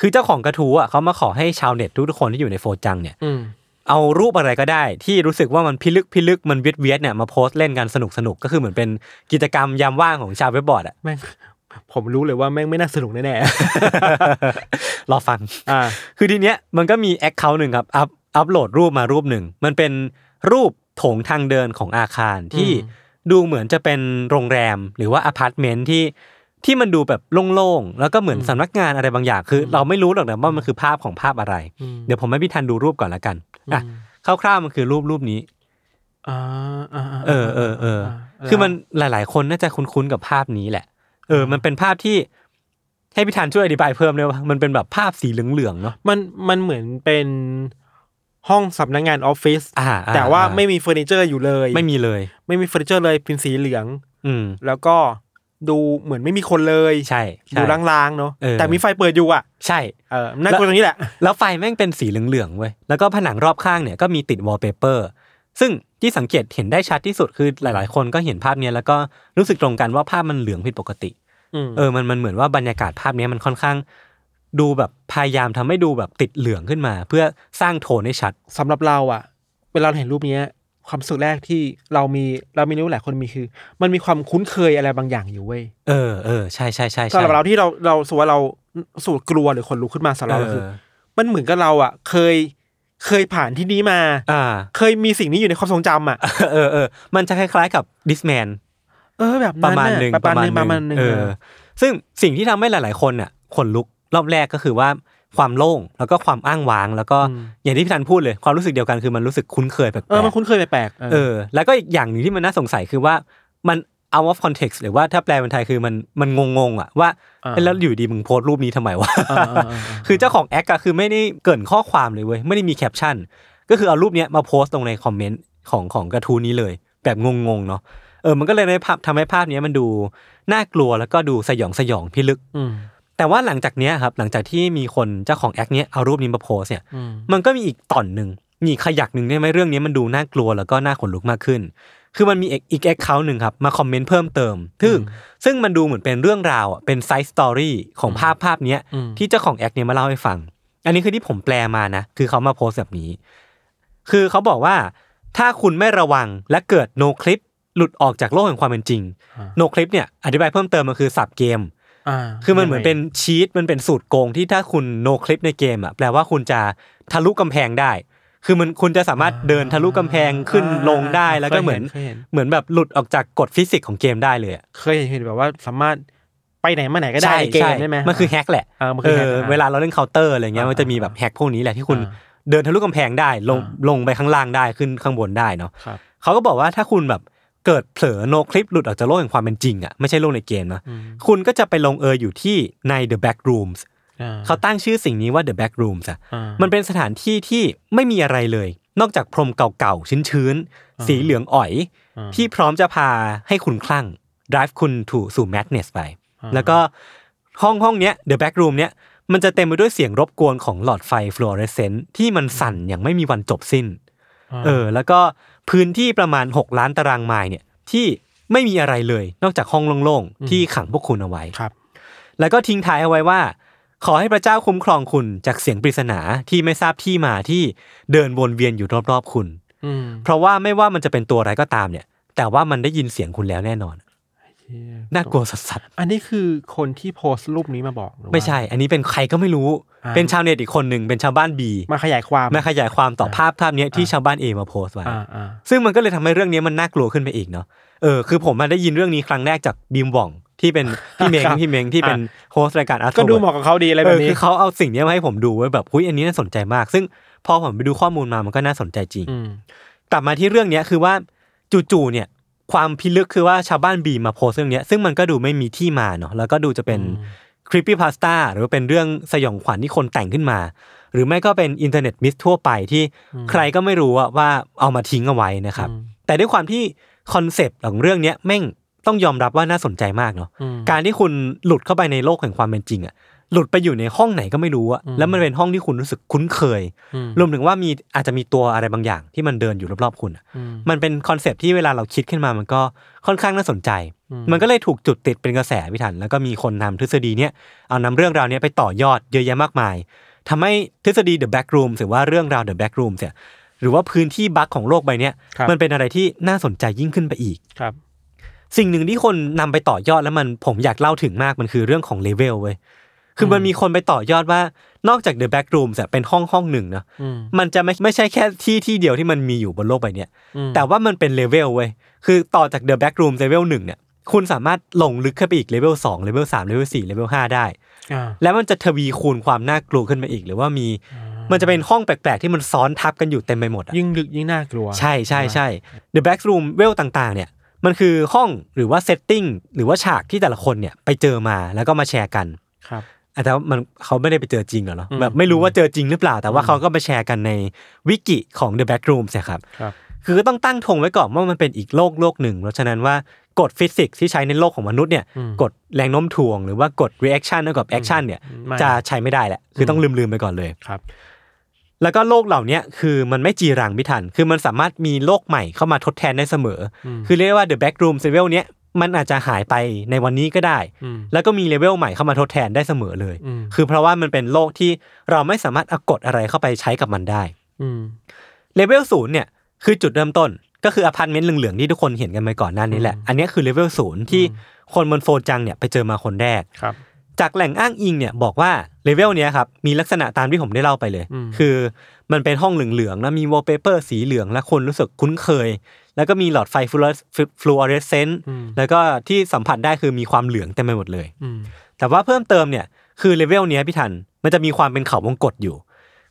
Speaker 1: คือเจ้าของกระทู้อ่ะเขามาขอให้ชาวเน็ตทุกๆคนที่อยู่ในโฟจังเนี่ย
Speaker 2: อืม
Speaker 1: เอารูปอะไรก็ได้ที่รู้สึกว่ามันพิลึกพิลึกมันเวียดเวียดเนี่ยมาโพสต์เล่นกันสนุกสนุกก็คือเหมือนเป็นกิจกรรมยามว่างของชาวเว็บบอร์ดอ่ะ [LAUGHS]
Speaker 2: แม่ง ผมรู้เลยว่าแม่งไม่น่าสนุกแน่
Speaker 1: รอฟัง
Speaker 2: ๆ อ่า
Speaker 1: คือทีเนี้ยมันก็มีแอคเคาท์หนึ่งครับอัพอัพโหลดรูปมารูปหนึ่ง มันเป็นรูปโถงทางเดินของอาคารที่
Speaker 2: อืม
Speaker 1: ดูเหมือนจะเป็นโรงแรมหรือว่าอพาร์ตเมนต์ที่ที่มันดูแบบโล่งๆ แล้วก็เหมือนสำนักงานอะไรบางอย่าง คือ เราไม่รู้หรอกนะว่ามันคือภาพของภาพอะไร เดี๋ยวผมให้พี่ทันดูรูปก่อนละกันอ่ะคร่าวๆมันคือรูปรูปนี้
Speaker 2: อ่าอ่าา
Speaker 1: เออเออเอออ คือมันหลายๆ คนน่าจะคุ้นๆกับภาพนี้แหละ เออ มันเป็นภาพที่ให้พี่ทันช่วยอธิบายเพิ่มเลยว่ามันเป็นแบบภาพสีเหลืองๆเนาะ
Speaker 2: มันมันเหมือนเป็นห้องสำนักงานออฟฟิศ
Speaker 1: อ่าอ่
Speaker 2: แต่ว่า
Speaker 1: อ่
Speaker 2: ไม่มีเฟอร์นิเจอร์อยู่เลย
Speaker 1: ไม่มีเลย
Speaker 2: ไม่มีเฟอร์นิเจอร์เลยเป็นสีเหลือง
Speaker 1: อืม
Speaker 2: แล้วก็ดูเหมือนไม่มีคนเลย
Speaker 1: ใช่ใช่
Speaker 2: ดูลางๆเนาะ
Speaker 1: เออ
Speaker 2: แต่มีไฟเปิดอยู่อ่ะ
Speaker 1: ใช่
Speaker 2: เออน่ากลัวตรงนี้แหละ
Speaker 1: แล้วไฟแม่งเป็นสีเหลืองๆเว้ย แล้วก็ผนังรอบข้างเนี่ยก็มีติดวอลเปเปอร์ ซึ่งที่สังเกตเห็นได้ชัดที่สุดคือหลายๆ คนก็เห็นภาพเนี้ยแล้วก็รู้สึกตรงกันว่าภาพมันเหลืองผิดปกติ
Speaker 2: อืม
Speaker 1: เออ มันมันเหมือนว่าบรรยากาศภาพเนี้ยมันค่อนข้าง ดูแบบพยายามทำให้ดูแบบติดเหลืองขึ้นมา เพื่อสร้างโทนให้ชัด
Speaker 2: สำหรับเราอ่ะ เวลาเราเห็นรูปเนี้ย ความสุขแรกที่เรามีเรามีนิ้วหลายคนมีคือ มันมีความคุ้นเคยอะไรบางอย่างอยู่เว้ย
Speaker 1: เออเออใช่ใช่ใช่
Speaker 2: สำ
Speaker 1: ใช่
Speaker 2: หรับเราที่เราเราสูว่าเราสูตรกลัวหรือคนลุกขึ้นมาสำหรับ
Speaker 1: เอ
Speaker 2: เราคือ
Speaker 1: อ
Speaker 2: มันเหมือนกับเราอ่ะ เคยเคยผ่านที่นี้มา
Speaker 1: อ่า
Speaker 2: เคยมีสิ่งนี้อยู่ในความทรงจำอ่ะ
Speaker 1: เออเออมันจะคล้ายๆกับดิสแมน
Speaker 2: เออแบบ
Speaker 1: ประ
Speaker 2: นั้น
Speaker 1: มาณ
Speaker 2: น่
Speaker 1: หนึ่ง
Speaker 2: ประมาณหนึ่งประมาณหนึ่ง
Speaker 1: เออ ซึ่งสิ่งที่ทำให้หลาย ๆ คนน่ะขนลุกรอบแรกก็คือว่าความโล่งแล้วก็ความอ้างว้าง แล้วก็อย่างที่พี่ธันพูดเลย ความรู้สึกเดียวกันคือมันรู้สึกคุ้นเคยแปลกๆ
Speaker 2: เออมันคุ้นเคยแปลกๆ
Speaker 1: เออ แล้วก็อีกอย่างหนึ่งที่มันน่าสงสัยคือว่ามัน out of context หรือว่าถ้าแปลเป็นไทยคือมันมันงงๆอ่ะว่าเอ้ยแล้วอยู่ดีมึงโพสต์รูปนี้ทำไมวะ
Speaker 2: เออเออเออ
Speaker 1: [LAUGHS] คือเจ้าของแอคอะคือไม่ได้เกรินข้อความเลยเว้ยไม่ได้มีแคปชั่น ก็คือเอารูปเนี้ยมาโพสต์ลงในคอมเมนต์ของของกระทู้นี้เลย แบบงงๆเนาะเออมันก็เลยในภาพทำให้ภาพเนี้ยมันดูน่ากลัวแล้วก็ดูสยองสยองพิลึก
Speaker 2: อืม
Speaker 1: แต่ว่าหลังจากเนี้ยครับหลังจากที่มีคนเจ้าของแอคเนี้ยเอารูปนี้มาโพสต์เนี่ย
Speaker 2: อืม
Speaker 1: มันก็มีอีกตอนหนึ่งมีอีกขยักหนึ่งได้ไหมเรื่องนี้มันดูน่ากลัวแล้วก็น่าขนลุกมากขึ้น คือมันมีอีกอีกแอคเคาท์หนึ่งครับมาคอมเมนต์เพิ่มเติมซึ่งซึ่งมันดูเหมือนเป็นเรื่องราวอ่ะเป็นไซส์สตอรี่ของภาพภาพเนี้ยที่เจ้าของแอคเนี่ยมาเล่าให้ฟัง อันนี้คือที่ผมแปลมานะ คือเขามาโพสต์แบบนี้ คือเขาบอกว่า ถ้าคุณไม่ระวังและเกิดโนคลิปหลุดออกจากโลกแห่งความเป็นจริงโนคลิปเนี่ยอธิบายเพิ่มเติมมันคือสับเกม
Speaker 2: อ่า
Speaker 1: คือมันเหมือนเป็นชีตมันเป็นสูตรโกงที่ถ้าคุณโนคลิปในเกมอ่ะแปลว่าคุณจะทะลุกำแพงได้ คือมันคุณจะสามารถเดินทะลุกำแพงขึ้นลงได้แล้วก็เหมือน
Speaker 2: เคยเห็น
Speaker 1: เหมือนแบบหลุดออกจากกฎฟิสิกส์ของเกมได้เลยอะ
Speaker 2: เคยเห็นเคยเห็นแบบว่าสามารถไปไหนมาไหนก็ได้ในเกมใช่ไหม
Speaker 1: มันคือแฮกแหละ
Speaker 2: เออมัน
Speaker 1: เอ
Speaker 2: คือแฮก
Speaker 1: อ
Speaker 2: นะ
Speaker 1: เวลาเราเล่นเคาน์เตอร์อะไรเงี้ย
Speaker 2: อ่ามั
Speaker 1: มันจะมีแบบแฮกพวกนี้แหละที่คุณ
Speaker 2: อ่า
Speaker 1: เดินทะลุกำแพงได้ลง
Speaker 2: อ่า
Speaker 1: ลงไปข้างล่างได้ขึ้นข้างบนได้เนาะ
Speaker 2: ครับ
Speaker 1: เขาก็บอกว่าถ้าคุณแบบเกิดเผลอโนคลิปหลุดออกจากโลกแห่งความเป็นจริงอ่ะไม่ใช่โลกในเกมนะ
Speaker 2: อืม
Speaker 1: คุณก็จะไปลงเอยอยู่ที่ใน The Back Rooms
Speaker 2: อ่
Speaker 1: เขาตั้งชื่อสิ่งนี้ว่า The Back Rooms อะ
Speaker 2: อ่า
Speaker 1: มันเป็นสถานที่ที่ไม่มีอะไรเลย นอกจากพรมเก่าๆ ชื้นๆ สีเหลืองอ่อย
Speaker 2: อ่า
Speaker 1: ที่พร้อมจะพาให้คุณคลั่ง drive คุณถูสู่ madness ไป
Speaker 2: อ่า
Speaker 1: แล้วก็ห้องห้องๆเนี้ย The Back Room เนี้ยมันจะเต็มไปด้วยเสียงรบกวนของหลอดไฟฟลูออเรสเซนต์ที่มันสั่นอย่างไม่มีวันจบสิ้น เออ แล้วก็พื้นที่ประมาณ 6 ล้านตารางไมล์เนี่ยที่ไม่มีอะไรเลย นอกจากห้องโล่งๆที่ขังพวกคุณเอาไว้
Speaker 2: ครับ
Speaker 1: แล้วก็ทิ้งท้ายเอาไว้ว่า ขอให้พระเจ้าคุ้มครองคุณจากเสียงปริศนาที่ไม่ทราบที่มาที่เดินวนเวียนอยู่รอบๆคุณ
Speaker 2: อืม
Speaker 1: เพราะว่าไม่ว่ามันจะเป็นตัวอะไรก็ตามเนี่ย แต่ว่ามันได้ยินเสียงคุณแล้วแน่นอน น่ากลัวสัส
Speaker 2: อันนี้คือคนที่โพสต์รูปนี้มาบอกหรื
Speaker 1: ๆ
Speaker 2: อว่า
Speaker 1: ไม่ใช่ อันนี้เป็นใครก็ไม่รู้
Speaker 2: อ่า
Speaker 1: เป็นชาวเน็ตอีกคนหนึ่งเป็นชาวบ้านบี
Speaker 2: มาขยายความ
Speaker 1: มาขยายความต่อภาพภาพเนี้ยที่ชาวบ้านเอมาโพสต์ไว้
Speaker 2: อ่าอ่า
Speaker 1: ซึ่งมันก็เลยทำให้เรื่องนี้มันน่ากลัวขึ้นไปอีกเนาะ เออ คือผมมาได้ยินเรื่องนี้ครั้งแรกจากบีมหว่องที่เป็นพี่เมงพี่เมงที่เป็นโฮสต์รายการอาร์ต
Speaker 2: ก็ดูเหมาะกับเขาดีอะไรแบบ
Speaker 1: เออ
Speaker 2: นี้
Speaker 1: คือเขาเอาสิ่งเนี้ยมาให้ผมดูไว้แบบหุ้ยอันนี้น่าสนใจมาก ซึ่งพอผมไปดูข้อมูลมามันก็น่าสนใจจริง
Speaker 2: อืม
Speaker 1: กลับมาที่เรื่องเนี้ยคือว่าจู่ๆเนี่ย ความพิลึกคือว่าชาวบ้านบีมาโพสต์เรื่องเนี้ยซึ่งมันก็ดูไม่มีที่มาเนาะแล้วก็ดูจะเป็นคลิปปี้พาสต้าหรือว่าเป็นเรื่องสยองขวัญที่คนแต่งขึ้นมา หรือไม่ก็เป็นอินเทอร์เน็ตมิสทั่วไปที่ใครก็ไม่รู้อะว่าเอามาทิ้งเอาไว้นะครับแต่ด้วยความที่คอนเซปต์ของเรื่องเนี้ยแม่งต้องยอมรับว่าน่าสนใจมากเนาะ
Speaker 2: อืม
Speaker 1: การที่คุณหลุดเข้าไปในโลกแห่งความเป็นจริงอะหลุดไปอยู่ในห้องไหนก็ไม่รู้อะแล้วมันเป็นห้องที่คุณรู้สึกคุ้นเคย
Speaker 2: อืม
Speaker 1: รวมถึงว่ามีอาจจะมีตัวอะไรบางอย่างที่มันเดินอยู่รอบๆคุณอะมันเป็นคอนเซปต์ที่เวลาเราคิดขึ้นมามันก็ค่อนข้างน่าสนใจ มันก็เลยถูกจุดติดเป็นกระแสพิถัน แล้วก็มีคนนำทฤษฎีเนี้ยเอานำเรื่องราวเนี้ยไปต่อยอดเยอะแยะมากมายทำให้ทฤษฎี The Back Room หรือว่าเรื่องราว The Back Room เนี่ยหรือว่าพื้นที่บั๊กของโลกใบเนี้ย
Speaker 2: ครับ
Speaker 1: มันเป็นอะไรที่น่าสนใจยิ่งขึ้นไปอีก
Speaker 2: ครับ
Speaker 1: สิ่งหนึ่งที่คนนำไปต่อยอดแล้วมันผมอยากเล่าถึงมากมันคือเรื่องของเลเวลเว้ย คือมันมีคนไปต่อยอดว่านอกจาก The Back Room จะเป็นห้องห้องหนึ่งเนอะ
Speaker 2: อืม
Speaker 1: มันจะไม่ไม่ใช่แค่ที่ที่เดียวที่มันมีอยู่บนโลกใบเนี้ย
Speaker 2: อืม
Speaker 1: แต่ว่ามันเป็นเลเวลเว้ย คือต่อจาก The Back Room เลเวลหนึ่งเนี่ยคุณสามารถลงลึกเข้าไปอีกเลเวลสองเลเวลสามเลเวลสี่เลเวลห้าได้
Speaker 2: อ่า
Speaker 1: แล้วมันจะทวีคูณความน่ากลัวขึ้นมาอีก หรือว่ามีมันจะเป็นห้องแปลกๆที่มันซ้อนทับกันอยู่เต็มไปหมดอะ
Speaker 2: ยิ่งลึกยิ่งน่ากลัว
Speaker 1: ใช่ใช่ใช่ The back room เวลต่างๆ เนี่ย มันคือห้องหรือว่าเซตติ้งหรือว่าฉากที่แต่ละคนเนี่ยไปเจอมาแล้วก็มาแชร์กัน
Speaker 2: ครับ
Speaker 1: อ่ะแต่ว่ามันเขาไม่ได้ไปเจอจริงหรอกเนอะแบบไม่รู้ว่าเจอจริงหรือเปล่า แต่ว่าเขาก็ไปแชร์กันในวิกิของ The back room ใช่ยครับ
Speaker 2: ครับ
Speaker 1: คือต้องตั้งธงไว้ก่อนว่ามันเป็นอีกโลกโลกหนึ่ง เพราะฉะนั้นว่ากฎฟิสิกส์ที่ใช้ในโลกของมนุษย์เนี่ยกฎแรงโน้มถ่วงหรือว่ากฎ reaction เท่ากับ action เนี่ย
Speaker 2: ไม่
Speaker 1: จะใช้ไม่ได้แหละคือต้องลืมๆไปก่อนเลย
Speaker 2: ครับ
Speaker 1: แล้วก็โลกเหล่าเนี้ยคือมันไม่จีรังพิถัน คือมันสามารถมีโลกใหม่เข้ามาทดแทนได้เสมออคือเรียกได้ว่า The Back Room l e v e l เนี้ยมันอาจจะหายไปในวันนี้ก็ได้
Speaker 2: อืม
Speaker 1: แล้วก็มีเลเวลใหม่เข้ามาทดแทนได้เสมอเลย
Speaker 2: อืม
Speaker 1: คือเพราะว่ามันเป็นโลกที่เราไม่สามารถเอากฎอะไรเข้าไปใช้กับมันได้
Speaker 2: อืม
Speaker 1: เลเวลศูนย์เนี่ยคือจุดเริ่มต้น ก็คืออพาร์ตเมนต์เหลืองๆที่ทุกคนเห็นกันไปก่อนหน้านี้แหละ อันเนี้ยคือเลเวลศูนย์ที่คนบนโฟจังเนี่ยไปเจอมาคนแรก
Speaker 2: ครับ
Speaker 1: จากแหล่งอ้างอิงเนี่ยบอกว่าเลเวลเนี้ยครับมีลักษณะตามที่ผมได้เล่าไปเลย
Speaker 2: อืม
Speaker 1: คือมันเป็นห้องเหลืองๆแล้วมีวอลเปเปอร์สีเหลือง และคนรู้สึกคุ้นเคย แล้วก็มีหลอดไฟฟลูออเรสเซนต์แล้วก็ที่สัมผัสได้คือมีความเหลืองเต็มไปหมดเลย
Speaker 2: อืม
Speaker 1: แต่ว่าเพิ่มเติมเนี่ยคือเลเวลเนี้ยพี่ทันมันจะมีความเป็นเขาวงกตอยู่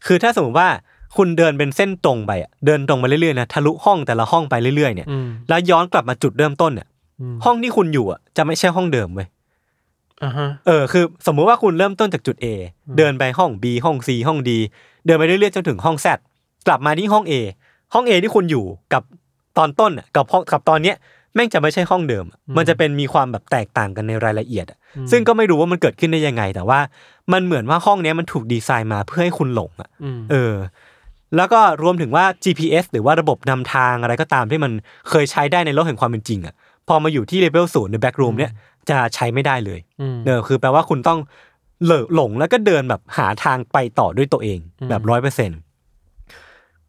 Speaker 1: คือถ้าสมมติว่าคุณเดินเป็นเส้นตรงไปอะเดินตรงไปเรื่อยๆนะทะลุห้องแต่ละห้องไปเรื่อยๆเนี่ย
Speaker 2: อืม
Speaker 1: แล้วย้อนกลับมาจุดเริ่มต้นเนี่ย
Speaker 2: อืม
Speaker 1: ห้องที่คุณอยู่อ่ะจะไม่ใช่ห้องเดิมเว้ย
Speaker 2: อ่าฮะ
Speaker 1: เออคือสมมุติว่าคุณเริ่มต้นจากจุด A เดินไปห้อง B ห้อง C ห้อง D เดินไปเรื่อยๆจนถึงห้อง Z กลับมาที่ห้อง A ห้อง A ที่คุณอยู่กับตอนต้นอ่ะกับห้องกับตอนเนี้ยแม่งจะไม่ใช่ห้องเดิมอะมันจะเป็นมีความแบบแตกต่างกันในรายละเอียดอะซึ่งก็ไม่รู้ว่ามันเกิดขึ้นได้ยังไง แต่ว่ามันเหมือนว่าห้องเนี้ยมันถูกดีไซน์มาเพื่อให้คุณหลงอ่ะ
Speaker 2: อืม
Speaker 1: เออ แล้วก็รวมถึงว่า GPS หรือว่าระบบนำทางอะไรก็ตามที่มันเคยใช้ได้ในโลกแห่งความเป็นจริงอะพอมาอยู่ที่เลเวลศูนย์ในแบ็กรูมเนี่ยจะใช้ไม่ได้เลย
Speaker 2: อืม
Speaker 1: เออคือแปลว่าคุณต้องเหลอหลงแล้วก็เดินแบบหาทางไปต่อด้วยตัวเองแบบร้อยเปอร์เซ็น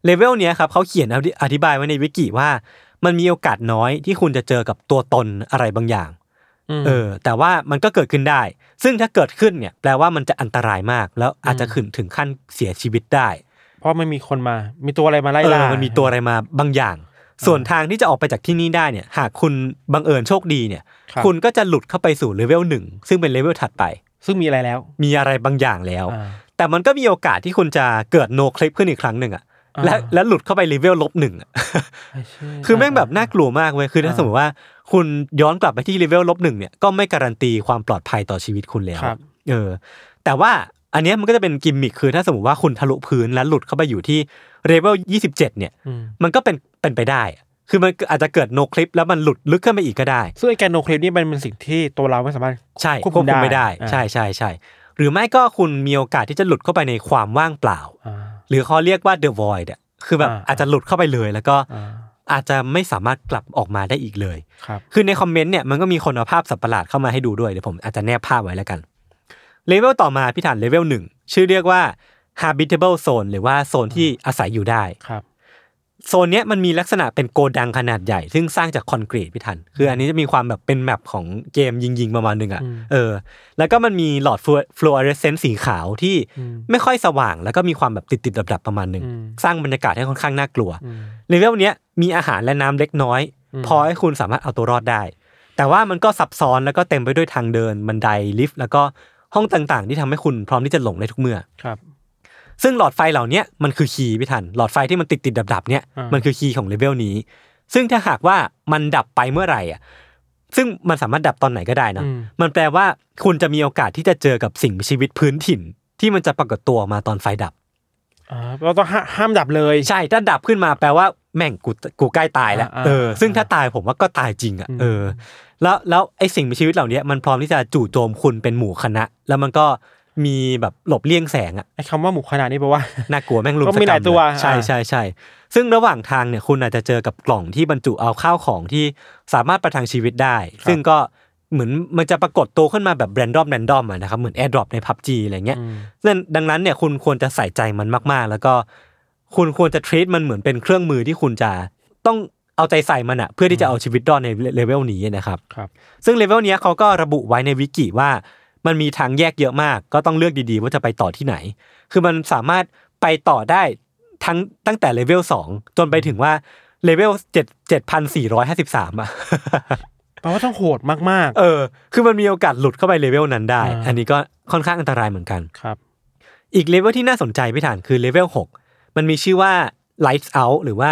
Speaker 1: เลเวลเนี้ยครับเขาเขียนอธิอธิบายไว้ในวิกิว่า มันมีโอกาสน้อยที่คุณจะเจอกับตัวตนอะไรบางอย่าง เออแต่ว่ามันก็เกิดขึ้นได้ ซึ่งถ้าเกิดขึ้นเนี่ยแปลว่ามันจะอันตรายมาก แล้วอาจจะขึ้นถึงขั้นเสียชีวิตได้
Speaker 2: เพราะมันมีคนมา มีตัวอะไรมาไล่
Speaker 1: เอ
Speaker 2: ล่า
Speaker 1: อ
Speaker 2: มั
Speaker 1: มันมีตัวอะไรมาบางอย่าง ส่วนทางที่จะออกไปจากที่นี่ได้เนี่ย หากคุณบังเอิญโชคดีเนี่ย
Speaker 2: ครับ
Speaker 1: คุณก็จะหลุดเข้าไปสู่เลเวลหนึ่งซึ่งเป็นเลเวลถัดไป
Speaker 2: ซึ่งมีอะไรแล้ว
Speaker 1: มีอะไรบางอย่างแล้ว
Speaker 2: อ่า
Speaker 1: แต่มันก็มีโอกาสที่คุณจะเกิดโนคลิปขึ้นอีกครั้งหนึ่งอะ
Speaker 2: อ่า
Speaker 1: และและหลุดเข้าไปเลเวลลบหนึ่งอะ
Speaker 2: ไเชี่ย
Speaker 1: คือแม่งแบบน่ากลัวมากเว้ย คือถ้า
Speaker 2: อ่า
Speaker 1: สมมติว่าคุณย้อนกลับไปที่เลเวลลบหนึ่งเนี่ย ก็ไม่การันตีความปลอดภัยต่อชีวิตคุณแล้ว
Speaker 2: ครับ
Speaker 1: เออ แต่ว่าอันเนี้ยมันก็จะเป็นกิมมิค คือถ้าสมมติว่าคุณทะลุพื้นแล้วหลุดเข้าไปอยู่ที่เลเวลยี่สิบเจ็ดเนี่ย
Speaker 2: อืม
Speaker 1: มันก็เป็นเป็นไปได้อะคือมันอาจจะเกิดโนคลิปแล้วมันหลุดลึกขึ้นไปอีกก็ได้
Speaker 2: ซึ่งไอแกนโนเคลิปนี่มันเป็นสิ่งที่ตัวเราไม่สามารถ
Speaker 1: ใช่
Speaker 2: ควบ
Speaker 1: คว
Speaker 2: คุ
Speaker 1: บ
Speaker 2: ม
Speaker 1: คุมไม่ได้
Speaker 2: อ่า
Speaker 1: ใช่ใช่ใช่ หรือไม่ก็คุณมีโอกาสที่จะหลุดเข้าไปในความว่างเปล่า
Speaker 2: อ่า
Speaker 1: หรือเขาเรียกว่า the void อะคือแบบ
Speaker 2: อ่า
Speaker 1: อาจจะหลุดเข้าไปเลยแล้วก็
Speaker 2: อ่า
Speaker 1: อาจจะไม่สามารถกลับออกมาได้อีกเลย
Speaker 2: ครับ
Speaker 1: คือในคอมเมนต์เนี่ยมันก็มีคนเอาภาพสัตว์ประหลาดเข้ามาให้ดูด้วย เดี๋ยวผมอาจจะแนบภาพไว้แล้วกัน เลเวลต่อมาพี่ฐานเลเวลหนึ่งชื่อเรียกว่า habitable zone หรือว่าโซนที่อาศัยอยู่ได้
Speaker 2: ครับ
Speaker 1: โซนเนี้ยมันมีลักษณะเป็นโกดังขนาดใหญ่ ซึ่งสร้างจากคอนกรีตพี่ทัน คืออันนี้จะมีความแบบเป็นแมปของเกมยิงๆประมาณหนึ่งอ่ะ เออ แล้วก็มันมีหลอดฟลูออเรสเซนต์สีขาวที่ไม่ค่อยสว่าง แล้วก็มีความแบบติดๆดับๆประมาณหนึ่ง
Speaker 2: อืม
Speaker 1: สร้างบรรยากาศให้ค่อนข้างน่ากลัว เลเวลเนี้ยมีอาหารและน้ำเล็กน้อย พอให้คุณสามารถเอาตัวรอดได้ แต่ว่ามันก็ซับซ้อนแล้วก็เต็มไปด้วยทางเดินบันไดลิฟต์แล้วก็ห้องต่างๆ ที่ทำให้คุณพร้อมที่จะหลงได้ทุกเมื่อ
Speaker 2: ครับ
Speaker 1: ซึ่งหลอดไฟเหล่าเนี้ยมันคือคีย์พี่ทัน หลอดไฟที่มันติดติดดับดับๆเนี่ย
Speaker 2: อ่ามั
Speaker 1: มันคือคีย์ของเลเวลนี้ ซึ่งถ้าหากว่ามันดับไปเมื่อไหร่อ่ะซึ่งมันสามารถดับตอนไหนก็ได้นะมันแปลว่าคุณจะมีโอกาสที่จะเจอกับสิ่งมีชีวิตพื้นถิ่น ที่มันจะปรากฏตัวมาตอนไฟดับ
Speaker 2: อ่าเราต้องห้าห้ามดับเลย
Speaker 1: ใช่ถ้าดับขึ้นมาแปลว่าแม่งกูกูใกล้ตายแล้ว
Speaker 2: อ่า
Speaker 1: เออ
Speaker 2: อ่า
Speaker 1: ซึ่งถ้าตายผมว่าก็ตายจริงอ่ะ
Speaker 2: อืม
Speaker 1: เออ แล้วแล้วไอ้สิ่งมีชีวิตเหล่าเนี้ยมันพร้อมที่จะจู่โจมคุณเป็นหมู่คณะ แล้วมันก็มีแบบหลบเลี่ยงแสงอ่ะ
Speaker 2: ไอคำว่าหมู่ขนาดนี้แปลว่า
Speaker 1: น่ากลัวแม่งลุม
Speaker 2: ก็มีหลาย
Speaker 1: สกรร
Speaker 2: ตัว
Speaker 1: เใช่
Speaker 2: อ่า
Speaker 1: ใช่ใช่ซึ่งระหว่างทางเนี่ยคุณอาจจะเจอกับกล่องที่บรรจุเอาข้าวของที่สามารถประทังชีวิตได้ ซึ่งก็เหมือนมันจะปรากฏตัวขึ้นมาแบบแรนดอมแรนดอมอะนะครับเหมือนแอร์ดรอปในพับจีอะไรเงี้ยนั่นดังนั้นเนี่ยคุณควรจะใส่ใจมันมากๆ แล้วก็คุณควรจะ treat มันเหมือนเป็นเครื่องมือที่คุณจะต้องเอาใจใส่มันอะเพื่อที่จะเอาชีวิตรอดในเลเวลนี้นะครับ
Speaker 2: ครับ
Speaker 1: ซึ่งเลเวลเนี้ยเขาก็ระบุไว้ในวิกิว่า มันมีทางแยกเยอะมาก ก็ต้องเลือกดีๆ ว่าจะไปต่อที่ไหน คือมันสามารถไปต่อได้ทั้งตั้งแต่เลเวล2จนไปถึงว่าเลเวล7 7,453อ่ะ [LAUGHS]
Speaker 2: แปลว่าต้องโหดมาก
Speaker 1: เออ คือมันมีโอกาสหลุดเข้าไปเลเวลนั้นได้
Speaker 2: อ่า
Speaker 1: อันนี้ก็ค่อนข้างอันตรายเหมือนกัน
Speaker 2: ๆ ครับ
Speaker 1: อีกเลเวลที่น่าสนใจพี่ฐานคือเลเวล6มันมีชื่อว่า lights out หรือว่า